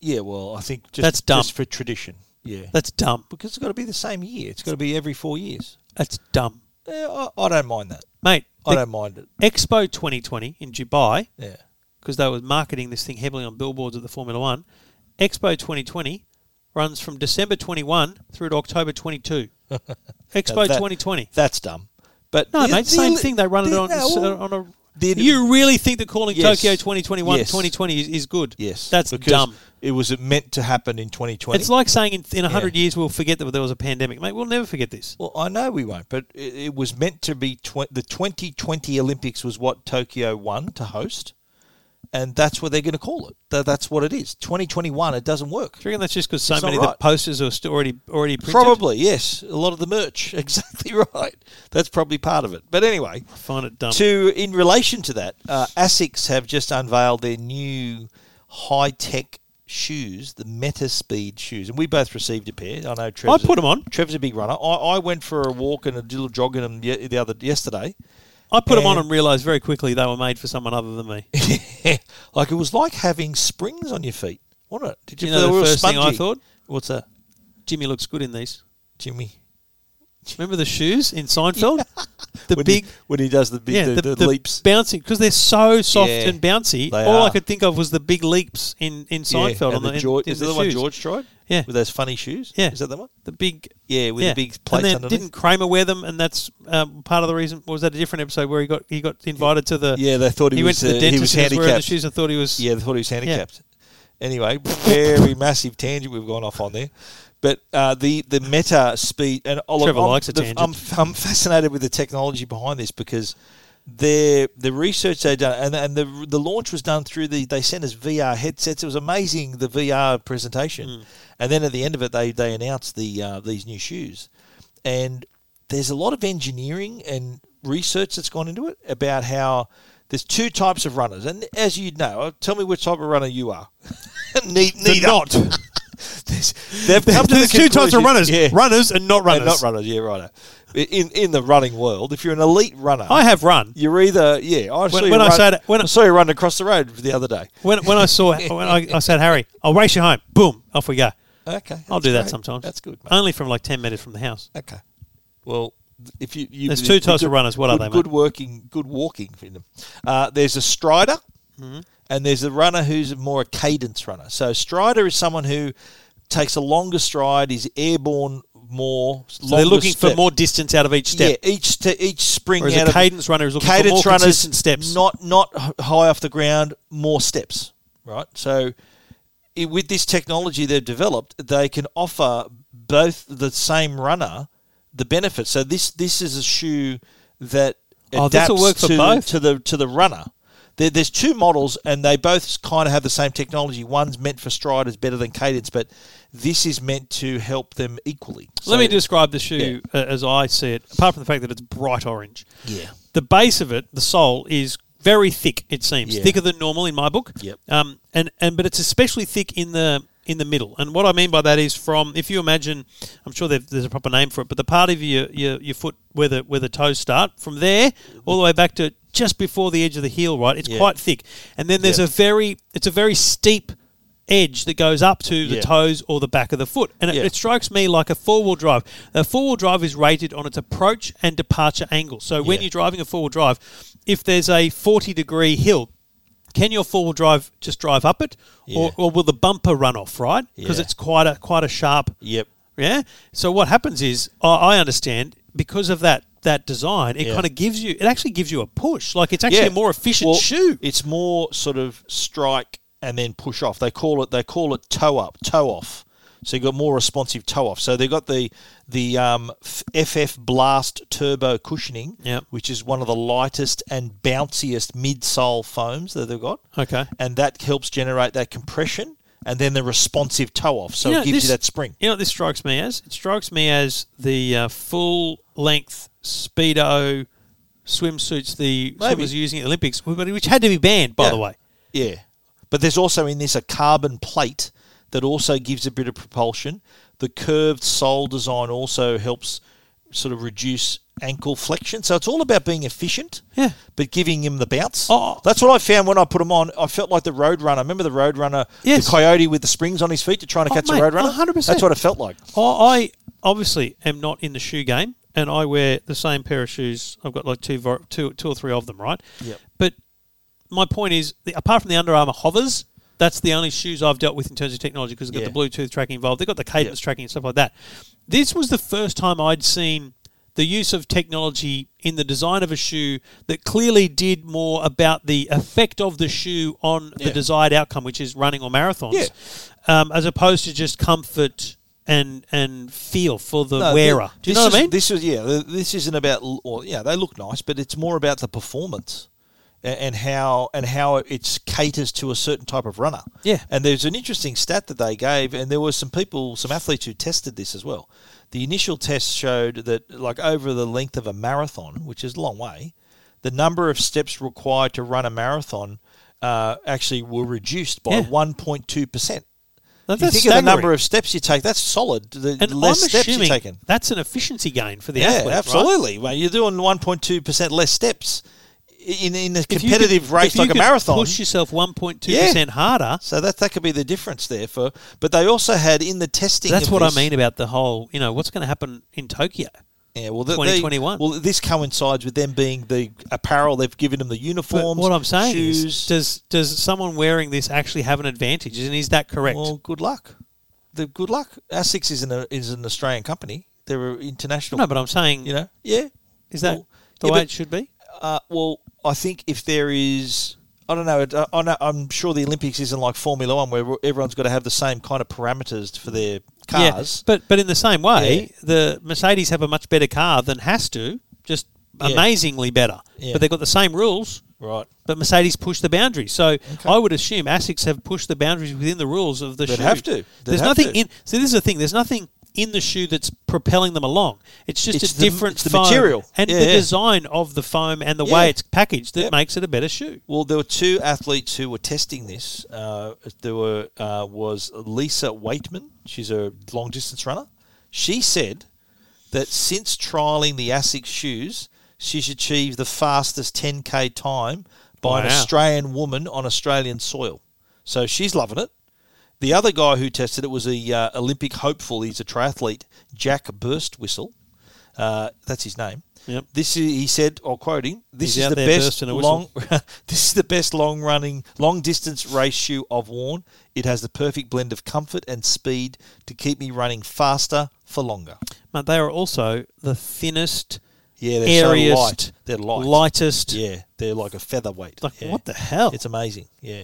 B: Yeah, well, I think just,
A: That's dumb.
B: just for tradition. Yeah.
A: That's dumb.
B: because it's got to be the same year. It's got to be every four years.
A: That's dumb,
B: Yeah, I, I don't mind that.
A: mate.
B: I
A: the
B: don't mind it.
A: Expo 2020 in Dubai
B: Yeah.
A: because they were marketing this thing heavily on billboards at the Formula One. Expo 2020 runs from December 21 through to October 22. Expo
B: Now that-
A: 2020.
B: That's dumb. But
A: No,
B: the-
A: mate,
B: the
A: same
B: Oli-
A: thing. They run it
B: the-
A: on,
B: no,
A: uh, on a.
B: the-
A: you really think that calling
B: Yes.
A: Tokyo 2021
B: Yes.
A: 2020 is, is good?
B: Yes,
A: That's
B: because
A: dumb.
B: It was meant to happen in 2020.
A: It's like saying in, in 100 years we'll forget that there was a pandemic. Mate, we'll never forget this.
B: well, I know we won't, but it, it was meant to be tw- the 2020 Olympics was what Tokyo won to host, and that's what they're going to call it. Tha- that's what it is. 2021. It doesn't work.
A: Do you reckon that's just because so
B: It's not
A: many of the
B: right.
A: posters are still already, already printed?
B: Probably yes. A lot of the merch. Exactly right. That's probably part of it. But anyway,
A: I find it dumb.
B: to in relation to that, uh, Asics have just unveiled their new high tech shoes, the Meta Speed shoes, and we both received a pair. I know
A: I
B: Trevor's
A: put them
B: a,
A: on.
B: Trevor's a big runner. I, I went for a walk and a little jog in them ye- the other yesterday.
A: I put them on
B: and-
A: and realised very quickly they were made for someone other than me.
B: like it was like having springs on your feet, wasn't it? Did
A: Do
B: you,
A: you
B: feel
A: know the
B: real
A: first thing I
B: spongy?
A: thought?
B: What's that,
A: Jimmy looks good in these.
B: Jimmy?
A: Remember the shoes in Seinfeld? The
B: when
A: big
B: he, when he does the big
A: yeah,
B: the,
A: the,
B: the leaps.
A: bouncing because they're so soft
B: Yeah,
A: and bouncy.
B: they
A: All I
B: are.
A: could think of was the big leaps in in
B: Yeah,
A: Seinfeld
B: and
A: on the, in-
B: Geor-
A: in
B: is
A: the
B: that the one
A: shoes.
B: George tried?
A: Yeah.
B: With those funny shoes?
A: Yeah.
B: Is that the one?
A: The big
B: Yeah, with
A: yeah.
B: the big
A: and
B: plates
A: then
B: underneath.
A: didn't Kramer wear them? And that's um, part of the reason. Was that a different episode where he got he got invited to the
B: yeah, they thought he,
A: he went
B: was,
A: to the
B: uh,
A: dentist
B: he was
A: and he was wearing the
B: handicapped.
A: shoes. I thought he was
B: Yeah, they thought he was handicapped. Anyway, very massive tangent we've gone off on there. But uh, the the meta speed and oh, look,
A: Trevor
B: I'm,
A: likes a
B: the-
A: tangent.
B: I'm, I'm fascinated with the technology behind this because their the research they've done and and the the launch was done through the they sent us VR headsets. It was amazing the VR presentation,
A: Hmm.
B: and then at the end of it they they announced the uh, these new shoes, and there's a lot of engineering and research that's gone into it about how. There's two types of runners, and as you know, uh, tell me which type of runner you are. Neither.
A: the not.
B: They've come to the
A: There's two types of
B: conclusion-
A: runners:
B: Yeah.
A: runners and not runners.
B: And Uh, not runners, yeah, right. In in the running world, if you're an elite runner,
A: I have run.
B: you're either yeah. I saw
A: When-
B: you
A: when I
B: run,
A: said- when I-
B: I saw you run across the road the other day.
A: When, when I saw when I, I said Harry, I'll race you home. Boom, off we go.
B: Okay,
A: I'll
B: that's
A: do that
B: great.
A: sometimes.
B: That's good. Mate.
A: Only from like ten meters from the house.
B: Okay. Well, if you, you
A: There's
B: if
A: two
B: you
A: types
B: do
A: of eh? runners. What are
B: good-
A: they, mate?
B: Good working, good walking in them. Uh, there's a strider,
A: Mm-hmm.
B: and there's a runner who's more a cadence runner. So strider is someone who takes a longer stride, is airborne more.
A: So they're
B: longer
A: looking
B: step.
A: for more distance out of each step.
B: Yeah, each te- each spring
A: Whereas
B: out
A: a
B: of
A: cadence runner is looking for
B: cadence
A: more
B: runners,
A: consistent steps.
B: Not not h- high off the ground, more steps. Right. So i with this technology they've developed, they can offer both the same runner the benefits. So this this is a shoe that
A: Oh,
B: adapts
A: this'll work for
B: to,
A: both?
B: to the to the runner. There, there's two models, and they both kind of have the same technology. One's meant for striders, better than cadence, but this is meant to help them equally.
A: Let me
B: So-
A: describe the shoe uh, as I see it. Apart from the fact that it's bright orange,
B: Yeah.
A: the base of it, the sole, is very thick. It seems
B: Yeah.
A: thicker than normal in my book.
B: Yep.
A: Um, and and but it's especially thick in the in the middle. And what I mean by that is from if you imagine, I'm sure there- there's a proper name for it, but the part of your your, your foot where the where the toes start from there all the way back to just before the edge of the heel, right? It's
B: Yeah.
A: quite thick. And then there's
B: Yeah.
A: a very it's a very steep edge that goes up to the
B: Yeah.
A: toes or the back of the foot. And it,
B: Yeah.
A: it strikes me like a four wheel drive. A four wheel drive is rated on its approach and departure angle. So when
B: Yeah.
A: you're driving a four wheel drive, if there's a 40 degree hill, can your four wheel drive just drive up it,
B: Yeah.
A: or, or will the bumper run off? Right, because
B: Yeah.
A: it's quite a quite a sharp.
B: Yep.
A: Yeah. So what happens is, I I understand because of that that design, it
B: Yeah.
A: kind of gives you it actually gives you a push. Like it's actually a more efficient
B: Well,
A: shoe.
B: It's more sort of strike and then push off. They call it they call it toe up, toe off. So you've got more responsive toe off. So they've got the the um, FF Blast Turbo cushioning,
A: Yep.
B: which is one of the lightest and bounciest midsole foams that they've got.
A: Okay.
B: And that helps generate that compression and then the responsive toe off. So
A: You know,
B: it gives
A: this-
B: you that spring.
A: You know what this strikes me as? It strikes me as the uh, full length speedo swimsuits the
B: Maybe.
A: swimmers using at the Olympics, which had to be banned, by
B: Yeah.
A: the way.
B: Yeah. But there's also in this a carbon plate that also gives a bit of propulsion. The curved sole design also helps sort of reduce ankle flexion. So it's all about being efficient,
A: Yeah.
B: but giving him the bounce.
A: Oh.
B: That's what I found when I put them on. I felt like the road runner. Remember the road runner,
A: Yes.
B: the coyote with the springs on his feet to trying to
A: Oh,
B: catch
A: mate,
B: the road runner?
A: 100%.
B: That's what it felt like.
A: I, I obviously am not in the shoe game, and I wear the same pair of shoes. I've got like two, var- two, two or three of them, right?
B: Yep.
A: But my point is, the, apart from the Under Armour hovers, that's the only shoes I've dealt with in terms of technology because they've got
B: Yeah.
A: the Bluetooth tracking involved. They've got the cadence tracking and stuff like that. This was the first time I'd seen the use of technology in the design of a shoe that clearly did more about the effect of the shoe on the
B: Yeah.
A: desired outcome, which is running or marathons um, as opposed to just comfort and and feel for the
B: No,
A: wearer.
B: thi-
A: Do you
B: this
A: know what I
B: is-
A: mean?
B: This is yeah. th- This isn't about. l- Or, yeah, they look nice, but it's more about the performance a- and how and how it caters to a certain type of runner.
A: Yeah.
B: And there's an interesting stat that they gave, and there were some people, some athletes who tested this as well. The initial test showed that, like over the length of a marathon, which is a long way, the number of steps required to run a marathon uh, actually were reduced by
A: Yeah.
B: 1.2 percent.
A: That-
B: If you
A: that's
B: think of the number
A: staggering.
B: of steps you take, that's solid. The
A: and
B: less
A: I'm
B: steps you're
A: assuming
B: taking.
A: that's an efficiency gain for the
B: Yeah,
A: athlete. right?
B: absolutely. Well, you're doing 1.2 percent less steps in in a
A: If you
B: competitive
A: could-
B: race
A: if you
B: like a
A: could
B: marathon.
A: Push yourself 1.2 percent harder.
B: So that that could be the difference there for. But they also had in the testing.
A: That's
B: of
A: what
B: this-
A: I mean about the whole. You know what's going to happen in Tokyo.
B: Yeah, well, they- they-
A: 2021.
B: well, this coincides with them being the apparel they've given them the uniforms.
A: But what I'm saying
B: shoes.
A: is, does does someone wearing this actually have an advantage? And is that correct?
B: well, good luck. the good luck. Our six isn't a, is an Australian company. They're international.
A: No, but I'm saying,
B: you know, yeah.
A: is that
B: Well,
A: the
B: yeah,
A: way
B: but-
A: it should be?
B: Uh, well, I think if there is, I don't know. it- uh, I know I'm sure the Olympics isn't like Formula One where everyone's got to have the same kind of parameters for their cars.
A: Yeah, but but in the same way,
B: Yeah.
A: the Mercedes have a much better car than has to, just
B: Yeah.
A: amazingly better.
B: Yeah.
A: But they've got the same rules.
B: Right.
A: But Mercedes push the boundaries, so I would assume Asics have pushed the boundaries within the rules of the
B: They'd
A: shoe.
B: have to. They'd
A: there's
B: have
A: nothing
B: to.
A: in. So this is the thing. There's nothing in the shoe that's propelling them along. It's just
B: It's
A: a
B: the-
A: different
B: it's the
A: foam
B: material.
A: and
B: Yeah,
A: the
B: yeah.
A: design of the foam and the
B: Yeah.
A: way it's packaged that
B: Yep.
A: makes it a better shoe.
B: Well, there were two athletes who were testing this. Uh, there were uh, was Lisa Waitman. She's a long distance runner. She said that since trialing the Asics shoes, she's achieved the fastest 10k time by an
A: Wow.
B: Australian woman on Australian soil. So she's loving it. The other guy who tested it was a uh, Olympic hopeful. He's a triathlete, Jack Burstwhistle. Uh, that's his name.
A: Yep.
B: This is, he said, oh, I'll quote him. This
A: He's
B: is
A: out
B: the
A: there
B: best
A: bursting a whistle.
B: long. this is the best long running, long distance race shoe I've worn. It has the perfect blend of comfort and speed to keep me running faster for longer.
A: But they are also the thinnest,
B: Yeah, they're so
A: airiest,
B: light. They're light.
A: lightest.
B: Yeah, they're like a featherweight.
A: Like
B: Yeah.
A: what the hell?
B: It's amazing. Yeah,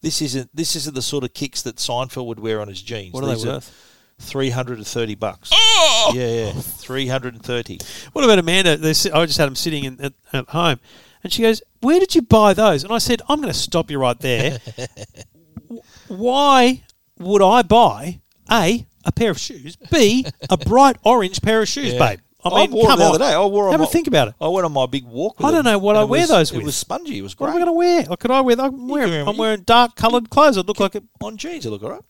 B: this isn't this isn't the sort of kicks that Seinfeld would wear on his jeans.
A: What are they worth?
B: Three hundred and thirty bucks. Yeah, yeah, three hundred and thirty.
A: What about Amanda? They sit- I just had them sitting in, at, at home, and she goes, "Where did you buy those?" And I said, "I'm going to stop you right there. W- Why would I buy a a pair of shoes? B a bright orange pair of shoes,
B: Yeah.
A: babe? I mean,
B: wore
A: come
B: them the
A: on.
B: other day. I wore 'em
A: Have a
B: on-
A: think about it.
B: I went on my big walk. With
A: I don't
B: them,
A: know what I
B: and it
A: wear
B: was-
A: those
B: It
A: with.
B: was spongy. It was great.
A: What am I going to wear? Like, could I wear? I'm wearing,
B: wear 'em.
A: I'm wearing dark coloured clothes. I look like a,
B: on jeans? I look all right.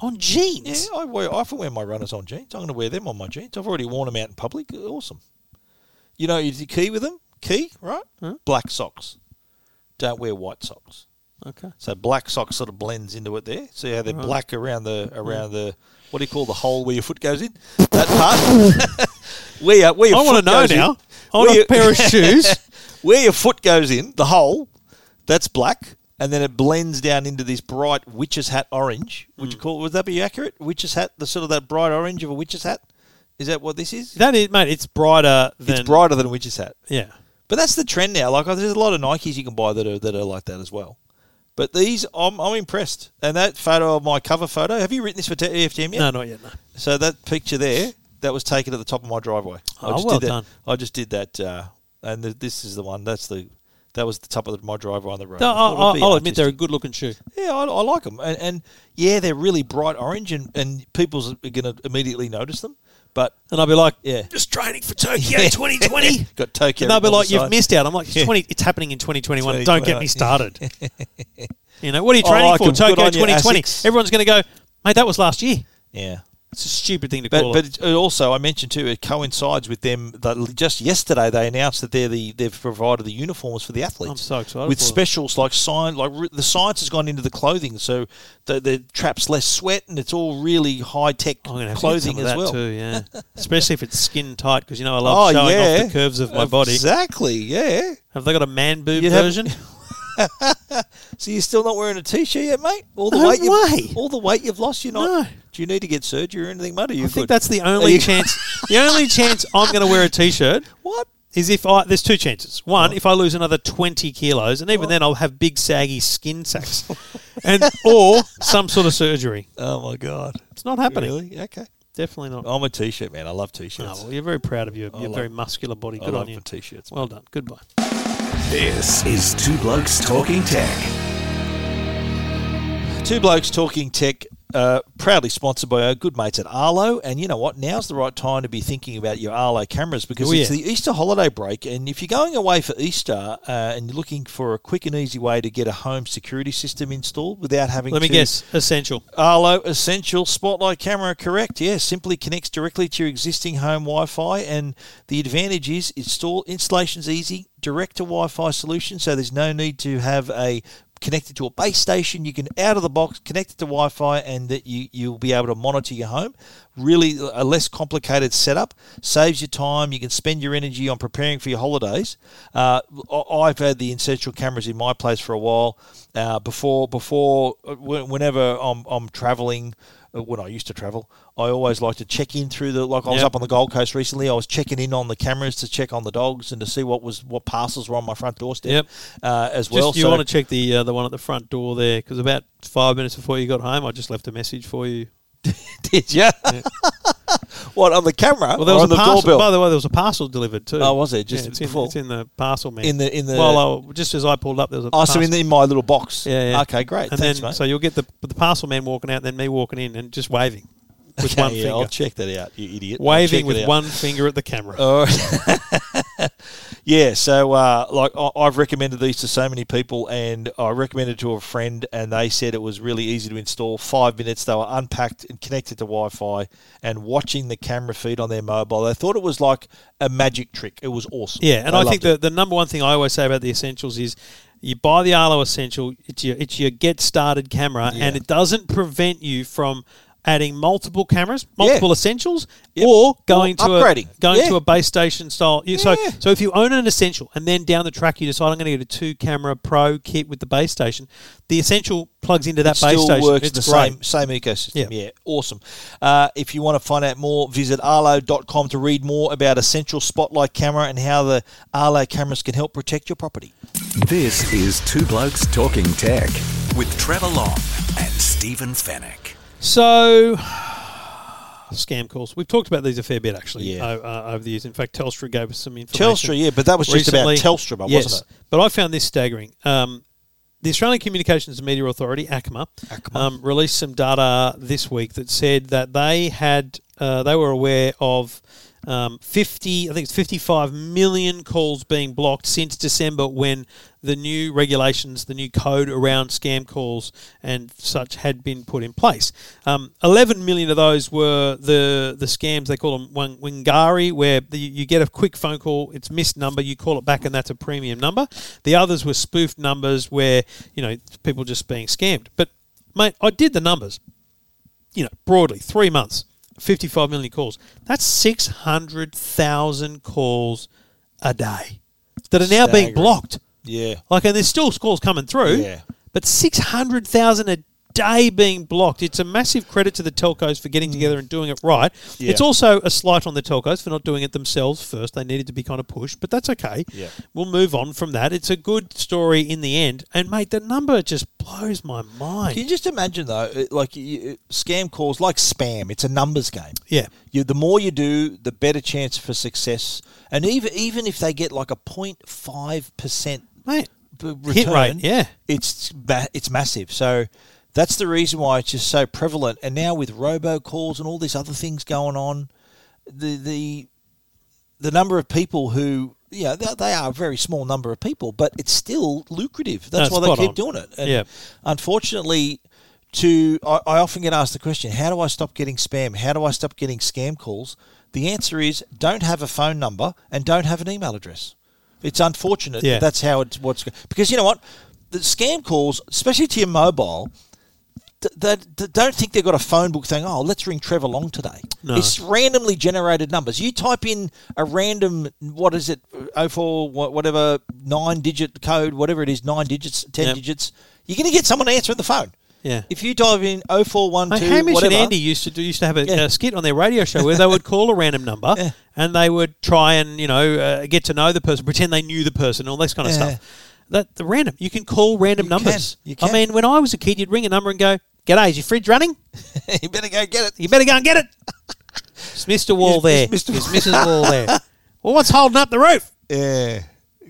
A: on
B: Yeah,
A: jeans.
B: I wear. I often wear my runners on jeans. I'm going to wear them on my jeans. I've already worn them out in public. Awesome. You know, you key with them. Key, right? Black socks. Don't wear white socks.
A: Okay.
B: So black socks sort of blends into it there. See how they're black around the around the what do you call the hole where your foot goes in? That part. where your, where your
A: I want
B: foot
A: to know
B: goes in-
A: now. I want
B: where
A: a pair of shoes.
B: where your foot goes in the hole. That's black, and then it blends down into this bright witch's hat orange. Would
A: Hmm.
B: you call? Would that be accurate? Witch's hat, the sort of that bright orange of a witch's hat. Is that what this is?
A: That is, mate. It's brighter than
B: it's brighter than a witch's hat.
A: Yeah.
B: But that's the trend now. Like, there's a lot of Nikes you can buy that are that are like that as well. But these, I'm, I'm impressed. And that photo of my cover photo. Have you written this for T- EFTM yet?
A: No, not yet. No.
B: So that picture there, that was taken at the top of my driveway.
A: Oh,
B: just
A: well
B: did that.
A: done.
B: I just did that, uh, and th this is the one. That's the that was the top of my driveway on the road.
A: No,
B: I thought
A: I'll,
B: it'd
A: I'll,
B: be
A: I'll admit they're a
B: artistic.
A: good looking shoe.
B: Yeah, I, I like them, and, and yeah, they're really bright orange, and and people's are going to immediately notice them. But
A: And I'll be like,
B: yeah,
A: just training for Tokyo 2020.
B: got Tokyo.
A: and they'll be
B: on the
A: like, you've
B: side.
A: missed out. I'm like, it's, 20, it's happening in 2021. Don't get me
B: 2021.
A: started. you know, what are you
B: Oh, I
A: training
B: like
A: for?
B: 'em. Good
A: Tokyo
B: on you,
A: 2020.
B: Asics.
A: Everyone's going to go, mate, that was last year.
B: Yeah.
A: It's a stupid thing to
B: But
A: call
B: but
A: it.
B: it uh, also I mentioned too it coincides with them that just yesterday they announced that they're the they've provided the uniforms for the athletes.
A: I'm so excited
B: with
A: for them.
B: specials like science like re- the science has gone into the clothing so the, the traps less sweat and it's all really high tech
A: I'm going to have
B: clothing
A: to get some of
B: as
A: that
B: well. Oh,
A: too, yeah. Especially if it's skin tight, because, you know, I love showing off the curves of my body.
B: Exactly, yeah.
A: Have they got a man boob
B: You'd have-
A: version?
B: So you're still not wearing a t-shirt yet, mate? All the
A: No
B: weight
A: way.
B: you've all the weight you've lost, you're not.
A: No.
B: Do you need to get surgery or anything, mate? Are you
A: I think
B: good?
A: that's the only
B: you-
A: chance. the only chance I'm going to wear a t-shirt
B: what? Oh.
A: is if I there's two chances. One, if I lose another twenty kilos, and even then I'll have big saggy skin sacks, and or some sort of surgery.
B: Oh my god.
A: It's not happening.
B: Really? Okay.
A: Definitely not. Oh,
B: I'm a t-shirt man. I love t-shirts.
A: well, you're very proud of your, your
B: love-
A: very muscular body.
B: I
A: Good
B: love
A: on you.
B: the t-shirts,
A: Well done. Goodbye.
C: This is Two Blokes Talking Tech.
B: Two Blokes Talking Tech, uh, proudly sponsored by our good mates at Arlo. And you know what? Now's the right time to be thinking about your Arlo cameras because
A: Oh,
B: it's
A: yeah.
B: the Easter holiday break. And if you're going away for Easter uh, and you're looking for a quick and easy way to get a home security system installed without having
A: Let me
B: to
A: guess. Essential.
B: Arlo Essential Spotlight Camera, correct? Yes, simply connects directly to your existing home Wi-Fi, and the advantage is install installation's easy, direct to Wi-Fi solution, so there's no need to have a connected to a base station. You can out of the box connect it to Wi-Fi, and that you you'll be able to monitor your home. Really, a less complicated setup saves you time. You can spend your energy on preparing for your holidays. Uh, I- I've had the essential cameras in uh, my place for a while. Uh, before before wh- whenever I'm I'm traveling uh, when I used to travel, I always like to check in through the like I was
A: Yep.
B: up on the Gold Coast recently. I was checking in on the cameras to check on the dogs and to see what was what parcels were on my front doorstep
A: Yep.
B: uh, as
A: Just
B: well.
A: you
B: So-
A: want to check the uh, the one at the front door there because about five minutes before you got home, I just left a message for you.
B: did you? what on the camera?
A: Well, there
B: or
A: was
B: on
A: a
B: the
A: parcel.
B: doorbbell?
A: By the way, there was a parcel delivered too.
B: Oh, was it? Just
A: yeah, it's, in,
B: before?
A: it's in the parcel man.
B: In the- in the-
A: well, I, just as I pulled up, there was a.
B: Oh,
A: parcel.
B: so in, the, in my little box.
A: Yeah, yeah.
B: Okay, great.
A: And
B: Thanks,
A: then,
B: mate.
A: So you'll get the the parcel man walking out, then me walking in and just waving with
B: Okay,
A: one
B: yeah,
A: finger,
B: I'll check that out, you idiot. I'll check
A: waving
B: it
A: with
B: out.
A: one Oh. finger at the camera.
B: All right. yeah, so uh, like I- I've recommended these to so many people, and I recommended to a friend, and they said it was really easy to install. Five minutes, they were unpacked and connected to Wi-Fi, and watching the camera feed on their mobile. They thought it was like a magic trick. It was awesome.
A: Yeah, and I
B: They loved
A: think
B: it.
A: the, the number one thing I always say about the essentials is you buy the Arlo Essential, it's your it's your get started camera, and it doesn't prevent you from adding multiple cameras, multiple essentials,
B: Yep.
A: or going to
B: upgrading.
A: a going
B: Yeah.
A: to a base station style. you- So
B: Yeah.
A: so if you own an essential and then down the track you decide I'm going to get a two camera pro kit with the base station, the essential plugs into that base
B: still
A: station.
B: works
A: it's
B: the
A: great.
B: same same ecosystem.
A: Yeah.
B: Yeah, awesome. Uh, if you want to find out more, visit arlo.com to read more about essential spotlight camera and how the Arlo cameras can help protect your property.
C: This is Two Blokes Talking Tech with Trevor Long and Stephen Fennec.
A: So, scam calls. We've talked about these a fair bit actually
B: Yeah.
A: o- uh, over the years. In fact, Telstra gave us some information.
B: Telstra, yeah, but that was just about Telstra, but
A: yes,
B: wasn't it?
A: But I found this staggering. Um, the Australian Communications and Media Authority, ACMA, Um, released some data this week that said that they had uh, they were aware of um, 50, I think it's 55 million calls being blocked since December when the new regulations, the new code around scam calls and such had been put in place. Um, 11 million of those were the the scams they call them Wang- Wangari, where the, you get a quick phone call, it's missed number, you call it back, and that's a premium number. The others were spoofed numbers where you know people just being scammed. But mate, I did the numbers. You know, broadly three months, 55 million calls. That's 600,000 calls a day that are now being
B: Staggering.
A: blocked.
B: Yeah.
A: Like, and there's still calls coming through.
B: Yeah.
A: But 600,000 a day being blocked. It's a massive credit to the telcos for getting together and doing it right.
B: Mm. Yeah.
A: It's also a slight on the telcos for not doing it themselves first. They needed to be kind of pushed, but that's okay.
B: Yeah.
A: We'll move on from that. It's a good story in the end. And, mate, the number just blows my mind.
B: Can you just imagine though, it- like you, it- scam calls, like spam? It's a numbers game.
A: Yeah.
B: You, the more you do, the better chance for success. And even even if they get like a 05 percent
A: Mate,
B: return,
A: Hit rate, yeah.
B: it's ma- it's massive. So that's the reason why it's just so prevalent. And now with robocalls and all these other things going on, the the the number of people who you know, they, they are a very small number of people, but it's still lucrative. That's
A: That's
B: why they
A: spot
B: keep
A: on.
B: doing it. And
A: Yeah.
B: unfortunately, to I, I often get asked the question, how do I stop getting spam? How do I stop getting scam calls? The answer is don't have a phone number and don't have an email address. It's unfortunate.
A: Yeah.
B: That's how it's what's go- because you know what the scam calls, especially to your mobile. th- They, they don't think they've got a phone book saying, "Oh, let's ring Trevor Long today."
A: No.
B: It's randomly generated numbers. You type in a random, what is it, 04, wha- whatever, nine digit code, whatever it is, nine digits, 10
A: Yep.
B: digits, you're going to get someone answering the phone.
A: Yeah.
B: If you dive in 0412,
A: Mate, Hamish
B: whatever.
A: and Andy used to do, used to have a,
B: Yeah.
A: a skit on their radio show where they would call a random number
B: Yeah.
A: and they would try and you know uh, get to know the person, pretend they knew the person, all this kind of
B: Yeah.
A: stuff. That the random, you can call random
B: You can,
A: numbers.
B: you
A: I
B: can.
A: mean, when I was a kid, you'd ring a number and go, "G'day, is your fridge running?
B: you better go get it.
A: You better go and get it." It's Mr. Wall there.
B: Is- is
A: It's
B: Mr.
A: Mrs. Wall there. Well, what's holding up the roof?
B: Yeah.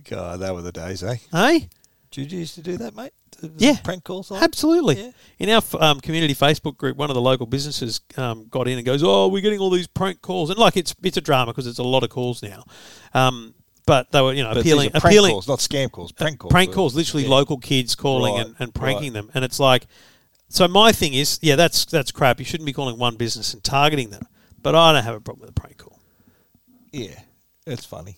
B: God, that were the days, eh?
A: Hey.
B: Did you used to do that, mate? The- the
A: Yeah.
B: Prank calls? on?
A: Absolutely.
B: Yeah.
A: In our f- um, community Facebook group, one of the local businesses um, got in and goes, "Oh, we're getting all these prank calls," and like it's it's a drama because it's a lot of calls now. Um, but they were, you know,
B: But these
A: appealing,
B: are prank
A: appealing uh,
B: calls, not scam calls. Prank calls.
A: prank calls, literally local kids calling
B: Right,
A: and, and pranking
B: right.
A: them, and it's like, so my thing is, yeah, that's that's crap. You shouldn't be calling one business and targeting them. But I don't have a problem with a prank call
B: Yeah. It's funny.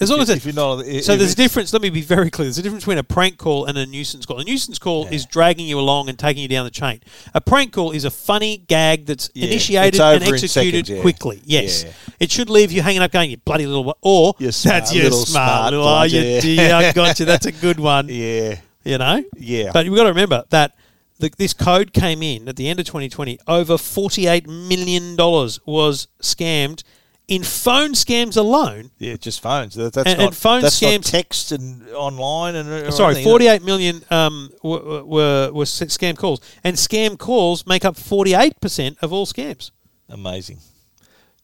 A: as long as it,
B: if you're not, if
A: So there's a
B: it's-
A: difference. Let me be very clear. There's a difference between a prank call and a nuisance call. A nuisance call
B: Yeah.
A: is dragging you along and taking you down the chain. A prank call is a funny gag that's
B: Yeah,
A: initiated
B: it's
A: and
B: over in
A: executed
B: seconds, yeah.
A: quickly. Yes,
B: Yeah.
A: it should leave you hanging up, going, "You bloody little," wa-" or
B: You smart
A: "That's your
B: little smart
A: smart little." Oh,
B: bloke, yeah."
A: you dear, I got you. That's a good one.
B: Yeah.
A: You know.
B: Yeah.
A: But we've got to remember that The, this code came in at the end of 2020. Over 48 million dollars was scammed in phone scams alone.
B: Yeah, just phones. That, that's
A: And-
B: not
A: and phone
B: that's
A: scams-
B: not text and online and or
A: Sorry,
B: anything, is it?
A: 48 million um, were, were were s- scam calls, and scam calls make up 48 percent of all scams.
B: Amazing.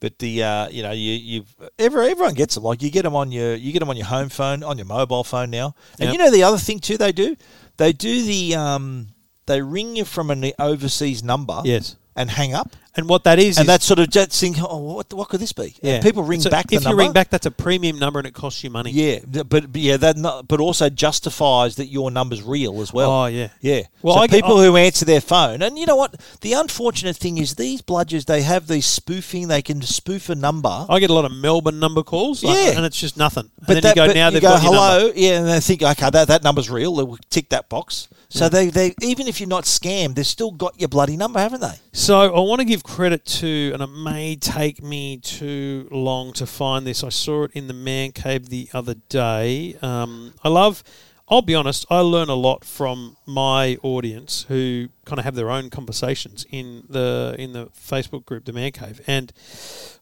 B: But the uh, you know you you every, everyone gets them like you get them on your you get them on your home phone on your mobile phone now and
A: Yep.
B: you know the other thing too they do they do the um, they ring you from an overseas number
A: Yes.
B: and hang up
A: And what that is,
B: and
A: is
B: that sort of just think oh what what could this be And people ring
A: So
B: back the
A: if
B: number
A: you ring back, that's a premium number, and it costs you money.
B: yeah th- but but yeah that no- but also justifies that your number's real as well
A: Oh, yeah.
B: yeah
A: Well,
B: well so
A: I-
B: people who answer their phone and you know what the unfortunate thing is these bludgers they have these spoofing they can spoof a number
A: I get a lot of Melbourne number calls, like,
B: Yeah.
A: and it's just nothing. And
B: But
A: Oh, then
B: that,
A: you go
B: but
A: now,
B: you
A: they've
B: go,
A: got your
B: hello,
A: number.
B: yeah, and they think, okay, that, that number's real. They'll tick that box. So they, they even if you're not scammed, they've still got your bloody number, haven't they?
A: So I want to give credit to, and it may take me too long to find this. I saw it in the man cave the other day. Um, I love. I'll be honest. I learn a lot from my audience who kind of have their own conversations in the in the Facebook group, the man cave, and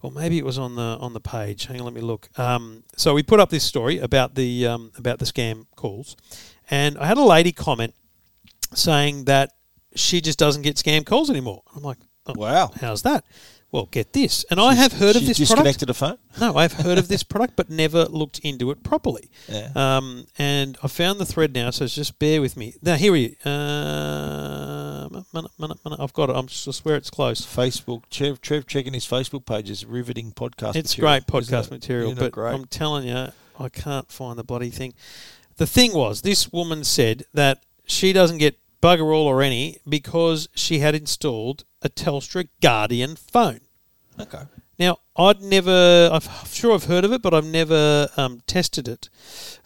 A: or maybe it was on the on the page. Hang on, let me look. Um, so we put up this story about the um, about the scam calls, and I had a lady comment saying that she just doesn't get scam calls anymore. I'm like, oh,
B: Wow.
A: how's that? Well, get this, and I have heard of
B: She's
A: this product.
B: disconnected a phone.
A: No, I've heard of this product, but never looked into it properly.
B: Yeah.
A: Um, and I found the thread now, so just bear with me. Now here we. Uh, minute, minute, minute. I've got it. I'm just I swear it's close.
B: Facebook. Trev, Trev checking his Facebook page is riveting podcast.
A: It's
B: material,
A: great
B: isn't
A: podcast
B: it?
A: material,
B: Isn't it
A: but
B: great?
A: I'm telling you, I can't find the bloody thing. The thing was, this woman said that she doesn't get bugger all or any because she had installed a Telstra Guardian phone.
B: okay.
A: Now, I'd never, I've- I'm sure I've heard of it, but I've never um, tested it.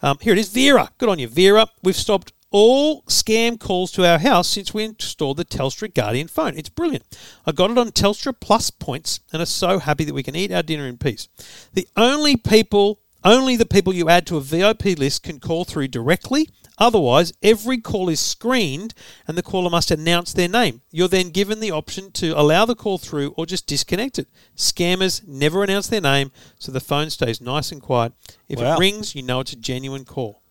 A: Um, here it is Vera. Good on you, Vera. We've stopped all scam calls to our house since we installed the Telstra Guardian phone. It's brilliant. I got it on Telstra Plus points and are so happy that we can eat our dinner in peace. The only people, only the people you add to a VIP list can call through directly. Otherwise, every call is screened and the caller must announce their name. You're then given the option to allow the call through or just disconnect it. Scammers never announce their name, so the phone stays nice and quiet. If
B: Wow.
A: it rings, you know it's a genuine call.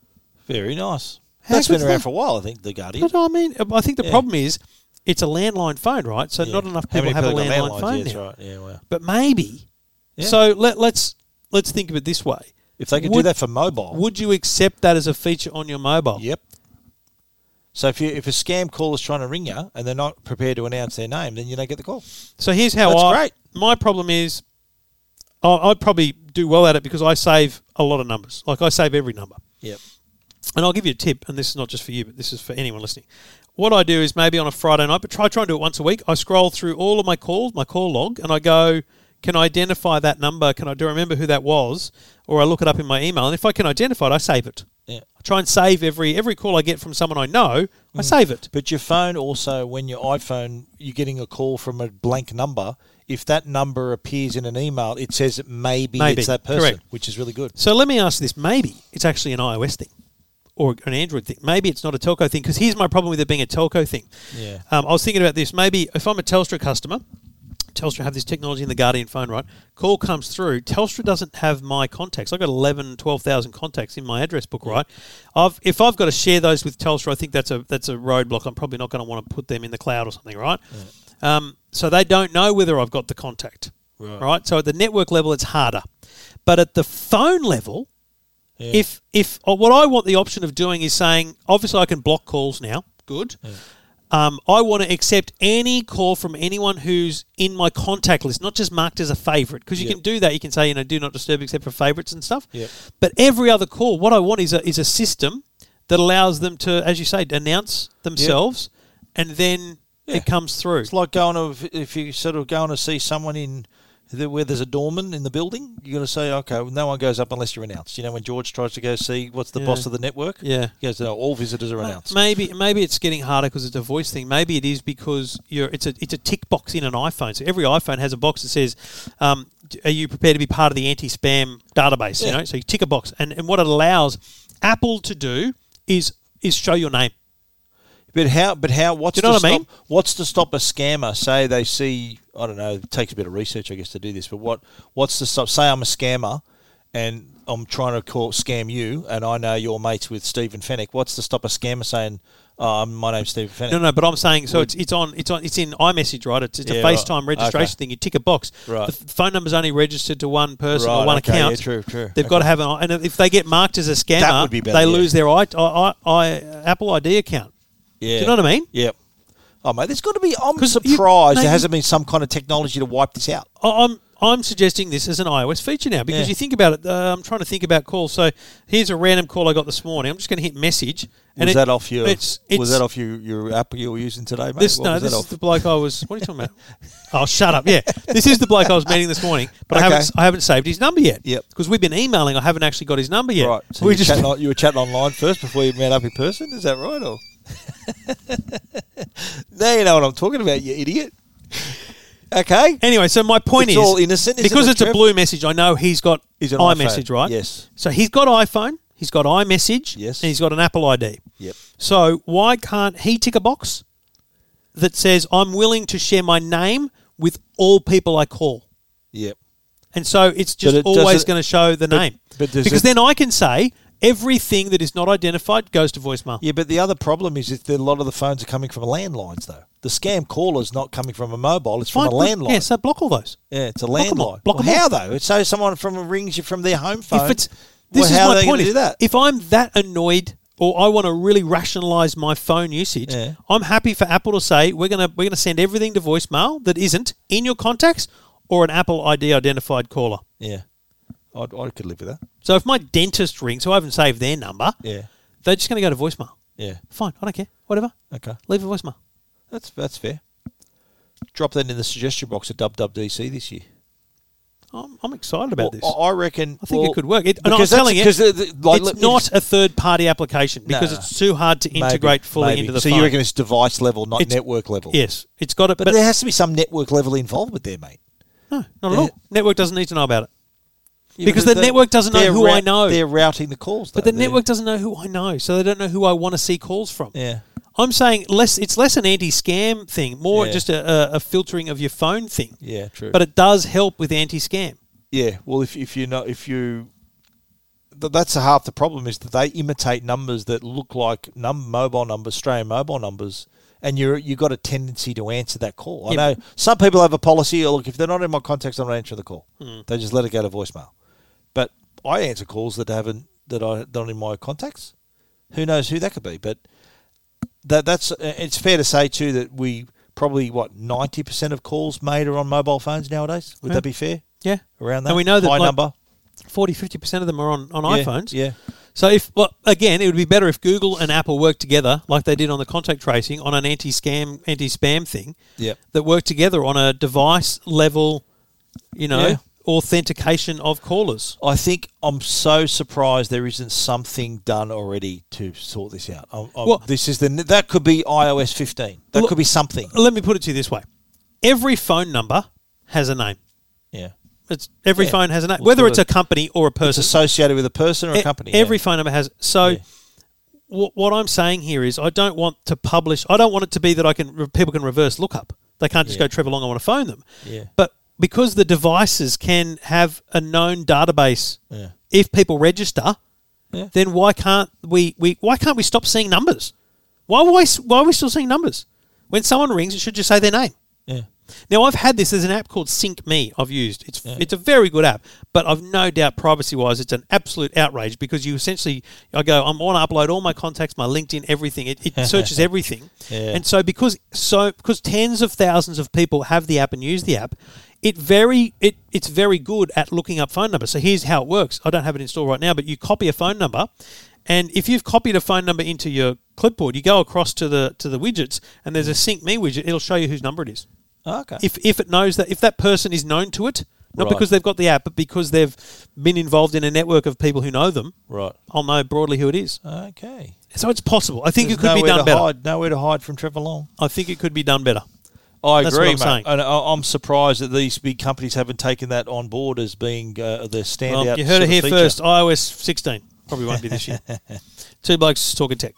B: Very nice.
A: How
B: That's been
A: good's
B: around
A: that?
B: for a while, I think. The Guardian.
A: But I mean, I think the
B: Yeah.
A: problem is it's a landline phone, right? So
B: Yeah.
A: not enough
B: How
A: people
B: many
A: have a
B: people got
A: landline
B: landlines?
A: phone
B: Yeah, that's
A: now.
B: right. Yeah, wow.
A: But maybe.
B: Yeah.
A: So let, let's let's think of it this way.
B: If they could do
A: Would-
B: that for mobile,
A: Would you accept that as a feature on your mobile?
B: Yep. So if you if a scam caller's trying to ring you and they're not prepared to announce their name, then you don't get the call.
A: So here's how
B: That's
A: I.
B: great.
A: My problem is, I, I probably do well at it because I save a lot of numbers. Like I save every number.
B: Yep.
A: And I'll give you a tip, and this is not just for you, but this is for anyone listening. What I do is maybe on a Friday night, but try try and do it once a week. I scroll through all of my calls, my call log, and I go, can I identify that number? Can I do I remember who that was? Or I look it up in my email, and if I can identify it, I save it.
B: Yeah.
A: I try and save every every call I get from someone I know.
B: Mm.
A: I save it.
B: But your phone also, when your iPhone, you're getting a call from a blank number. If that number appears in an email, it says it maybe,
A: Maybe.
B: it's that person,
A: Correct.
B: which is really good.
A: So let me ask this: Maybe it's actually an iOS thing or an Android thing. Maybe it's not a telco thing. Because here's my problem with it being a telco thing.
B: Yeah.
A: Um, I was thinking about this. Maybe if I'm a Telstra customer, Telstra have this technology in the Guardian phone, right? Call comes through. Telstra doesn't have my contacts. I've got 11, 12,000 contacts in my address book, right? I've, if I've got to share those with Telstra, I think that's a that's a roadblock. I'm probably not going to want to put them in the cloud or something, right? Um, so they don't know whether I've got the contact,
B: Right.
A: right? So at the network level, it's harder, but at the phone level,
B: Yeah.
A: if if uh, what I want the option of doing is saying, obviously I can block calls now. Good. Um, I want to accept any call from anyone who's in my contact list, not just marked as a favorite, because you
B: Yep.
A: can do that. You can say, you know, do not disturb except for favorites and stuff.
B: Yep.
A: But every other call, what I want is a is a system that allows them to, as you say, announce themselves, and then
B: Yeah.
A: it comes through.
B: it's like going to if you sort of going to see someone in the, where there's a doorman in the building, you're going to say, okay, well, no one goes up unless you're announced. You know, when George tries to go see what's the boss
A: Yeah.
B: of the network,
A: Yeah.
B: he goes, no, all visitors are announced.
A: Maybe maybe it's getting harder because it's a voice thing. Maybe it is because you're it's a it's a tick box in an iPhone. So every iPhone has a box that says, um, d- "Are you prepared to be part of the anti-spam database?" You
B: Yeah.
A: know, so you tick a box, and and what it allows Apple to do is is show your name.
B: But how? But how? What's
A: Do you know
B: to
A: what I
B: stop-
A: mean?
B: What's to stop a scammer? Say they see. I don't know. It takes a bit of research, I guess, to do this. But what? What's to stop? Say I'm a scammer, and I'm trying to call scam you, and I know you're mates with Stephen Fennick. What's to stop a scammer saying, oh, I'm- "My name's Stephen Fennick"?
A: No, no, but I'm saying so. It's it's on it's on it's in iMessage, right? It's, it's
B: Yeah,
A: a
B: right.
A: FaceTime registration
B: Okay.
A: thing. You tick a box.
B: Right.
A: The f- phone number's only registered to one person
B: Right,
A: or one
B: okay,
A: account.
B: yeah, true, true.
A: They've got to have an and if they get marked as a scammer,
B: would be better,
A: they
B: yeah.
A: lose their I, I, I, Apple ID account.
B: Yeah.
A: Do you know what I mean?
B: Yep. Oh mate, there's got to be. I'm
A: 'Cause you-
B: surprised
A: mate,
B: there
A: you-
B: hasn't been some kind of technology to wipe this out.
A: I- I'm I'm suggesting this as an iOS feature now because
B: Yeah.
A: you think about it. Uh, I'm trying to think about calls. So here's a random call I got this morning. I'm just going to hit message.
B: was
A: it-
B: that off your?
A: It's, it's,
B: was that off your, your app you were using today, mate?
A: This
B: What
A: no,
B: was that
A: this is
B: off?
A: the bloke I was. What are you talking about? oh, shut up! Yeah, this is the bloke I was meeting this morning, but I
B: Okay.
A: haven't I haven't saved his number yet.
B: Yep.
A: Because we've been emailing, I haven't actually got his number yet.
B: Right. So
A: we
B: you,
A: just
B: chatting on, you were chatting online first before you met up in person. Is that right? Or now you know what I'm talking about, you idiot. Okay.
A: anyway. So my point is,
B: It's all innocent, isn't
A: because
B: it,
A: it's a
B: Trev?
A: blue message. I know he's got
B: He's an
A: iMessage,
B: iPhone.
A: right?
B: Yes.
A: So he's got iPhone, he's got iMessage,
B: Yes.
A: and he's got an Apple ID.
B: Yep.
A: So why can't he tick a box that says I'm willing to share my name with all people I call?
B: Yep.
A: And so it's just
B: it
A: always
B: doesn't-
A: going to show the name.
B: but does
A: because
B: it-
A: then I can say everything that is not identified goes to voicemail.
B: Yeah, but the other problem is if the, a lot of the phones are coming from landlines, though. The scam caller's not coming from a mobile; it's from a
A: Fine, good.
B: landline.
A: Yeah, so block all those.
B: Yeah, it's a
A: Block 'em
B: landline.
A: off, block
B: Well,
A: 'em
B: how
A: off.
B: though? It's so someone from rings you from their home phone.
A: If it's this
B: well, how are
A: is
B: they
A: my
B: gonna
A: point is,
B: do that?
A: if I'm that annoyed or I want to really rationalize my phone usage,
B: Yeah.
A: I'm happy for Apple to say we're gonna we're gonna send everything to voicemail that isn't in your contacts or an Apple ID identified caller.
B: yeah, I'd, I could live with that.
A: So if my dentist rings, who I haven't saved their number,
B: Yeah.
A: they're just gonna go to voicemail.
B: Yeah.
A: Fine, I don't care, whatever.
B: Okay.
A: Leave a voicemail.
B: That's that's fair. Drop that in the suggestion box at WWDC this year.
A: I'm, I'm excited about this.
B: Well, I I reckon.
A: I think
B: well,
A: it could work. It, and I'm
B: because that's-
A: telling you,
B: because the- the- like,
A: it's
B: let me
A: not
B: just-
A: a third-party application because
B: No.
A: it's too hard to
B: Maybe,
A: integrate fully
B: maybe.
A: into the
B: so
A: phone.
B: you reckon it's device level, not
A: It's-
B: network level?
A: yes, it's got it,
B: but,
A: but,
B: there has to be some network level involvement there, mate.
A: no, not at
B: Yeah.
A: all. Network doesn't need to know about it because
B: but
A: the
B: they-
A: network doesn't know
B: they're
A: who I
B: rout-
A: know.
B: They're routing the calls, though.
A: But the
B: They're-
A: network doesn't know who I know, so they don't know who I want to see calls from.
B: Yeah.
A: I'm saying less. It's less an anti-scam thing, more
B: Yeah.
A: just a, a, a filtering of your phone thing.
B: Yeah, true.
A: But it does help with anti-scam.
B: Yeah, well, if if you know if you th- that's a half the problem is that they imitate numbers that look like num mobile numbers, Australian mobile numbers, and you you got a tendency to answer that call. I
A: Yeah.
B: know some people have a policy. oh, Look, if they're not in my contacts, I'm not answering the call.
A: Hmm.
B: They just let it go to voicemail. But I answer calls that haven't that I not in my contacts. Who knows who that could be? But that that's it's fair to say too that we probably what ninety percent of calls made are on mobile phones nowadays. Would
A: Yeah.
B: that be fair?
A: Yeah,
B: around that.
A: And we know that
B: high
A: like,
B: number
A: 40 50 percent of them are on on
B: Yeah,
A: iPhones.
B: Yeah,
A: So if well again, it would be better if Google and Apple worked together, like they did on the contact tracing, on an anti-scam, anti-spam thing.
B: Yep.
A: That worked together on a device level, you know,
B: Yeah.
A: authentication of callers.
B: I think I'm so surprised there isn't something done already to sort this out. I'm, I'm,
A: Well-
B: this is the that could be iOS 15. That
A: Look-
B: could be something.
A: Let me put it to you this way: every phone number has a name.
B: Yeah,
A: It's every
B: Yeah.
A: phone has a name,
B: Well,
A: whether
B: sort
A: it's
B: of-
A: a company or a
B: it's
A: person.
B: associated with a person or a
A: E-
B: company.
A: Every
B: yeah.
A: phone number has. So,
B: Yeah.
A: wh- what I'm saying here is, I don't want to publish. I don't want it to be that I can re- people can reverse lookup. They can't just
B: Yeah.
A: go Trevor Long. I want to phone them.
B: Yeah.
A: But because the devices can have a known database,
B: Yeah.
A: if people register,
B: Yeah.
A: then why can't we, we? Why can't we stop seeing numbers? Why why s- why are we still seeing numbers? When someone rings, it should just say their name.
B: Yeah.
A: Now I've had this. There's an app called Sync Me. I've used. It's it's a very good app, but I've no doubt privacy wise, it's an absolute outrage because you essentially I go I want to upload all my contacts, my LinkedIn, everything. It, it searches everything,
B: Yeah.
A: and so because so because tens of thousands of people have the app and use the app. It very it, it's very good at looking up phone numbers. So here's how it works. I don't have it installed right now, but you copy a phone number, and if you've copied a phone number into your clipboard, you go across to the to the widgets, and there's a sync me widget. It'll show you whose number it is
B: Oh, okay.
A: if if it knows that if that person is known to it, not
B: Right.
A: because they've got the app, but because they've been involved in a network of people who know them,
B: right.
A: I'll know broadly who it is.
B: Okay.
A: So it's possible. I think
B: There's
A: it could be
B: nowhere
A: done
B: to
A: better.
B: Hide, nowhere to hide from Trevor Long.
A: I think it could be done better.
B: I
A: That's
B: agree,
A: what I'm
B: mate.
A: saying.
B: And I- I'm surprised that these big companies haven't taken that on board as being uh, the standout.
A: Well, Um, you heard
B: sort
A: it
B: of
A: here
B: feature.
A: first. iOS 16. Probably won't be this year. Two blokes talking tech.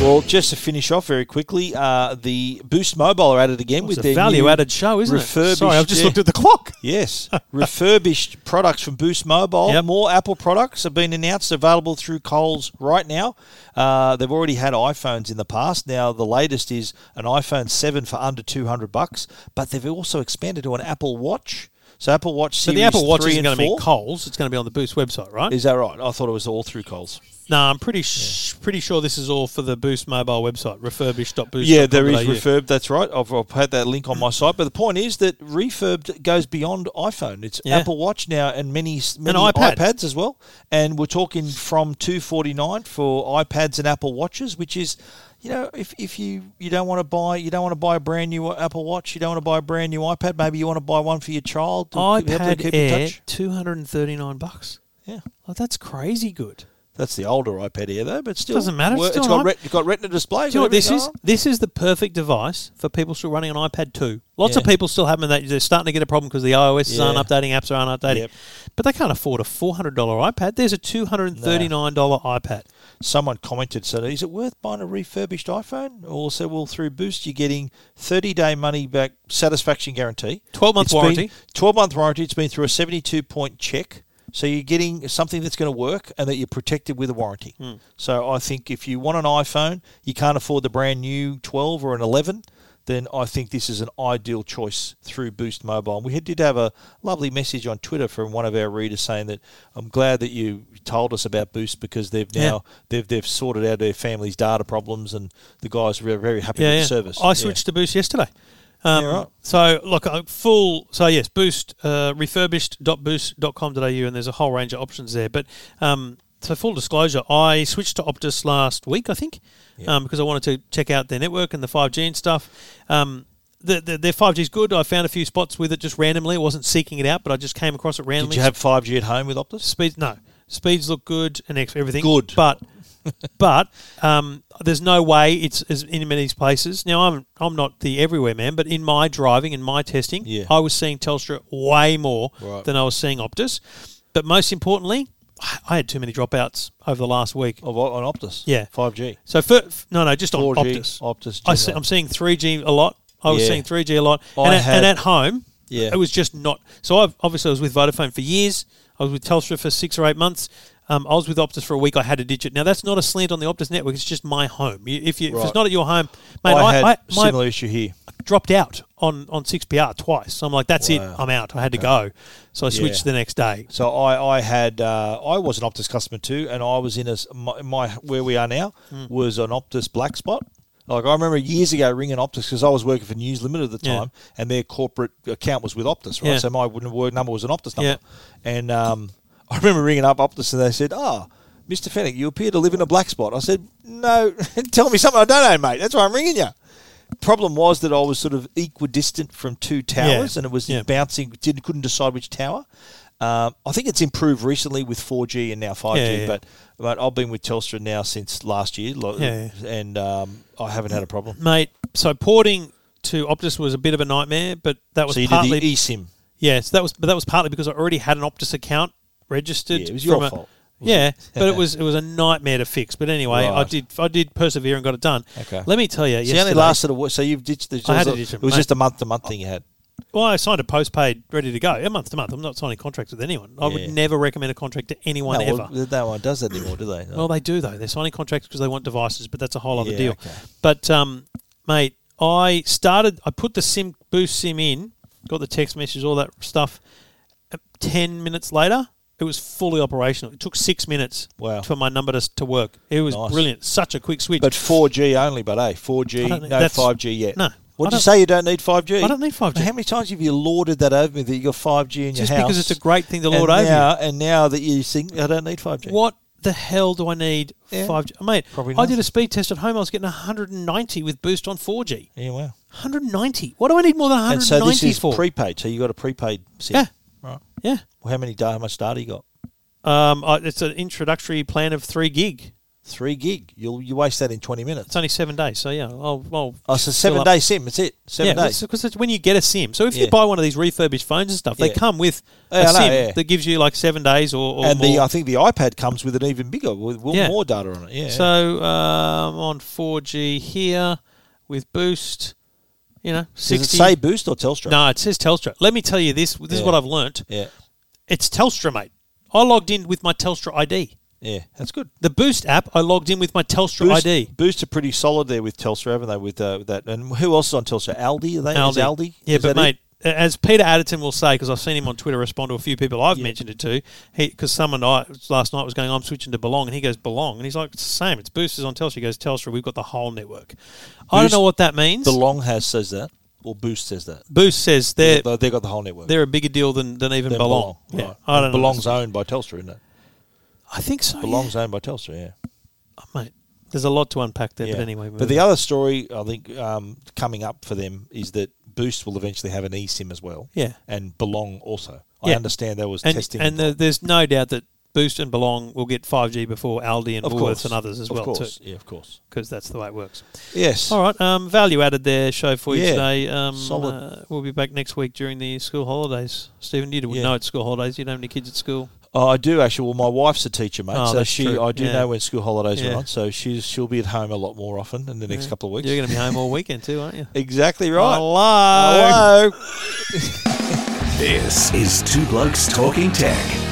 B: Well, just to finish off very quickly, uh, the Boost Mobile are at it again
A: It's
B: with
A: a
B: their
A: value
B: new-
A: added show, isn't it?
B: refurbished-
A: Sorry, I've just
B: yeah.
A: looked at the clock.
B: Yes, refurbished products from Boost Mobile.
A: Yep.
B: More Apple products have been announced, available through Coles right now. Uh, they've already had iPhones in the past. Now the latest is an iPhone seven for under two hundred bucks, but they've also expanded to an Apple Watch. So Apple Watch
A: But
B: Series
A: the Apple Watch
B: three
A: isn't
B: and
A: going to be
B: four.
A: in Coles. It's going to be on the Boost website, right?
B: Is that right? I thought it was all through Coles.
A: no, I'm pretty sh- pretty sure this is all for the Boost mobile website, refurbished.boost.
B: Yeah, there is refurb. That's right. I've, I've had that link on my site. But the point is that refurb goes beyond iPhone. It's
A: Yeah.
B: Apple Watch now and many s- many
A: iPad.
B: iPads as well. And we're talking from two forty nine for iPads and Apple Watches, which is. You know, if, if you, you don't want to buy you don't want to buy a brand new Apple Watch, you don't want to buy a brand new iPad. Maybe you want to buy one for your child. To help them
A: iPad
B: keep in
A: Air,
B: touch.
A: 239 bucks.
B: Yeah,
A: Like, that's crazy good.
B: that's the older iPad Air though, but still
A: Doesn't matter, it's
B: wor-
A: still
B: it's
A: an
B: got
A: iP-
B: ret- it's got Retina display.
A: Do you know what this is? This is the perfect device for people still running an iPad 2. Lots of
B: Yeah.
A: people still having that. They're starting to get a problem because the iOS
B: Yeah.
A: aren't updating, apps aren't updating.
B: Yep.
A: But they can't afford a $400 iPad. There's a $239 iPad.
B: someone commented, said, is it worth buying a refurbished iPhone? Or said, well, through Boost, you're getting 30 day money back satisfaction guarantee,
A: 12 month
B: It's been-
A: warranty.
B: 12 month warranty. It's been through a 72 point check. So you're getting something that's going to work and that you're protected with a warranty.
A: Hmm.
B: So I think if you want an iPhone, you can't afford the brand new 12 or an 11. Then I think this is an ideal choice through Boost Mobile. And we had- did have a lovely message on Twitter from one of our readers saying that I'm glad that you told us about Boost because they've now
A: Yeah.
B: they've they've sorted out their family's data problems and the guys were very happy with the service.
A: I
B: Yeah.
A: switched to Boost yesterday. Um,
B: Yeah, right.
A: So, look, uh, full. So, yes, Boost, uh, refurbished.boost.com.au, and there's a whole range of options there. But, um, so full disclosure, I switched to Optus last week, I think, um, because I wanted to check out their network and the 5G and stuff. Um, the, the, their 5G is good. I found a few spots with it just randomly. I wasn't seeking it out, but I just came across it randomly.
B: Did you have 5G at home with Optus?
A: Speeds no speeds look good and ex- everything
B: Good.
A: but but um, there's no way it's as in many places. Now I'm I'm not the everywhere man, but in my driving and my testing,
B: Yeah.
A: I was seeing Telstra way more
B: Right.
A: than I was seeing Optus. But most importantly, I I had too many dropouts over the last week.
B: Of, on Optus?
A: Yeah.
B: 5G.
A: So for, f- no no just on
B: 4G,
A: Optus.
B: Optus,
A: I see,
B: general.
A: I'm seeing 3G a lot. I was
B: Yeah.
A: seeing 3G a lot,
B: I
A: and at,
B: had-
A: and at home,
B: Yeah.
A: it was just not. So I've obviously I was with Vodafone for years. I was with Telstra for six or eight months. Um, I was with Optus for a week. I had a digit. Now that's not a slant on the Optus network. It's just my home. You- If, you, if
B: Right.
A: it's not at your home, mate, I,
B: I had
A: I-
B: a
A: my-
B: similar issue here.
A: dropped out on on six PR twice. So I'm like, that's
B: Wow.
A: it. I'm out. I had to go. So I switched
B: Yeah.
A: the next day.
B: So I, I had uh, I was an Optus customer too, and I was in a s- my, my where we are now
A: Hmm.
B: was an Optus black spot. Like I remember years ago ringing Optus because I was working for News Limited at the
A: Yeah.
B: time, and their corporate account was with Optus, right?
A: Yeah.
B: So my wooden word number was an Optus
A: Yeah.
B: number, and um, I remember ringing up Optus and they said, "Ah." Mr. Fennick, you appear to live in a black spot. I said, No, tell me something I don't know, mate. That's why I'm ringing you. Problem was that I was sort of equidistant from two towers
A: Yeah.
B: and it was
A: Yeah.
B: bouncing, didn't, couldn't decide which tower. Um, I think it's improved recently with 4G and now 5G,
A: Yeah, yeah.
B: But, but I've been with Telstra now since last year, lo-
A: Yeah,
B: and um, I haven't had a problem.
A: mate. So porting to Optus was a bit of a nightmare, but that was
B: So you did
A: partly
B: the eSIM.
A: Yeah, so that was but that was partly because I already had an Optus account registered.
B: Yeah, it was your
A: from a-
B: fault,
A: Yeah, but it was it was a nightmare to fix. But anyway, I
B: Right.
A: did I did persevere and got it done.
B: Okay.
A: Let me tell you,
B: So you only
A: yesterday,
B: lasted a week. So you've ditched the.
A: I had to
B: it was,
A: ditch
B: a-
A: it,
B: it was
A: mate.
B: just a month to month thing you had.
A: well, I signed a postpaid ready to go, a month to month. I'm not signing contracts with anyone. I
B: Yeah.
A: would never recommend a contract to anyone
B: no,
A: ever.
B: well, no one does that anymore, do they? No.
A: Well, they do though. They're signing contracts because they want devices, but that's a whole other
B: Yeah,
A: deal.
B: okay.
A: But um, mate, I started. I put the sim boost sim in, got the text messages, all that stuff. Uh, Ten minutes later, it was fully operational. It took six minutes
B: Wow.
A: for my number to, to work. It was
B: Nice.
A: brilliant. Such a quick switch.
B: but 4G only, but hey,
A: I
B: 4G,
A: don't-
B: no
A: that's-
B: 5G yet.
A: no,
B: What
A: I
B: did you
A: don't-
B: say? You don't need 5G.
A: I don't need 5G.
B: How many times have you lauded that over me that you got 5G in
A: just
B: your house?
A: because it's a great thing to
B: and
A: lord over. you.
B: now, And now that you think I don't need 5G.
A: What the hell do I need
B: Yeah.
A: five G? Mate,
B: Probably
A: I did
B: nothing.
A: a speed test at home. I was getting 190 with boost on 4G.
B: Yeah, wow.
A: 190. What do I need more than 190
B: And so this is
A: for?
B: prepaid. So you got a prepaid SIM.
A: yeah,
B: Right.
A: yeah.
B: Well, how many da- how much data you got?
A: Um, I, it's an introductory plan of three gig.
B: Three gig. You'll you waste that in twenty minutes.
A: It's only seven days, so yeah, I'll. I'll
B: Oh, so
A: fill
B: seven
A: up-
B: day sim. That's it. Seven
A: yeah,
B: days.
A: because it's when you get a SIM. So if you
B: Yeah.
A: buy one of these refurbished phones and stuff, they
B: Yeah.
A: come with
B: Yeah, I
A: a
B: know,
A: SIM
B: yeah.
A: that gives you like seven days or, or
B: And
A: more.
B: the uh, I think the iPad comes with an even bigger with with
A: Yeah.
B: more data on it. Yeah.
A: So um, on 4G here with Boost, you know,
B: Does
A: 60.
B: it say Boost or Telstra?
A: no, it says Telstra. Let me tell you this. This is
B: Yeah.
A: what I've learnt.
B: Yeah.
A: It's Telstra, mate. I logged in with my Telstra ID.
B: Yeah. That's good.
A: The Boost app, I logged in with my Telstra
B: Boost,
A: ID.
B: Boost are pretty solid there with Telstra, haven't they? With, uh, with that, and who else is on Telstra? Aldi, are they? Is Aldi?
A: Yeah,
B: Is
A: but
B: that it?
A: mate, a- as Peter Adderton will say, because I've seen him on Twitter respond to a few people I've mentioned it to, because someone I, last night was going, I'm switching to Belong, and he goes, Belong. And he's like, it's the same. It's Boosters on Telstra. He goes, Telstra, we've got the whole network. I don't
B: Boost-
A: know what that means.
B: the Long House says that, or Boost says that.
A: Boost says they're,
B: They- They've got the whole network.
A: they're a bigger deal than, than even
B: Then
A: Belong. Yeah,
B: right.
A: I don't know.
B: Belong's owned by Telstra, isn't it?
A: I think so.
B: Belong's owned by Telstra, yeah.
A: yeah. Oh, mate, there's a lot to unpack there, but
B: Yeah.
A: anyway.
B: but the other story I think um, coming up for them is that Boost will eventually have an eSIM as well.
A: Yeah.
B: and Belong also. I
A: Yeah.
B: understand there was
A: and,
B: testing.
A: and the, there's no doubt that Boost and Belong will get 5G before Aldi and
B: of
A: Woolworths
B: course,
A: and others as
B: of
A: well,
B: course.
A: too,
B: Yeah, of course.
A: because that's the way it works.
B: Yes.
A: All right, um, value added there show for you
B: Yeah,
A: today. Um,
B: solid.
A: uh, we'll be back next week during the school holidays. Stephen, you would
B: Yeah.
A: know it's school holidays. You don't have any kids at school.
B: Oh, I do actually. Well, my wife's a teacher, mate,
A: Oh,
B: so
A: that's
B: she
A: true.
B: I do
A: Yeah.
B: know when school holidays
A: Yeah.
B: are on, so she's she'll be at home a lot more often in the next couple of weeks.
A: You're Oh, going to be home all weekend too, aren't you?
B: exactly right.
A: Hello.
B: Hello.
C: This is Two Blokes Talking Tech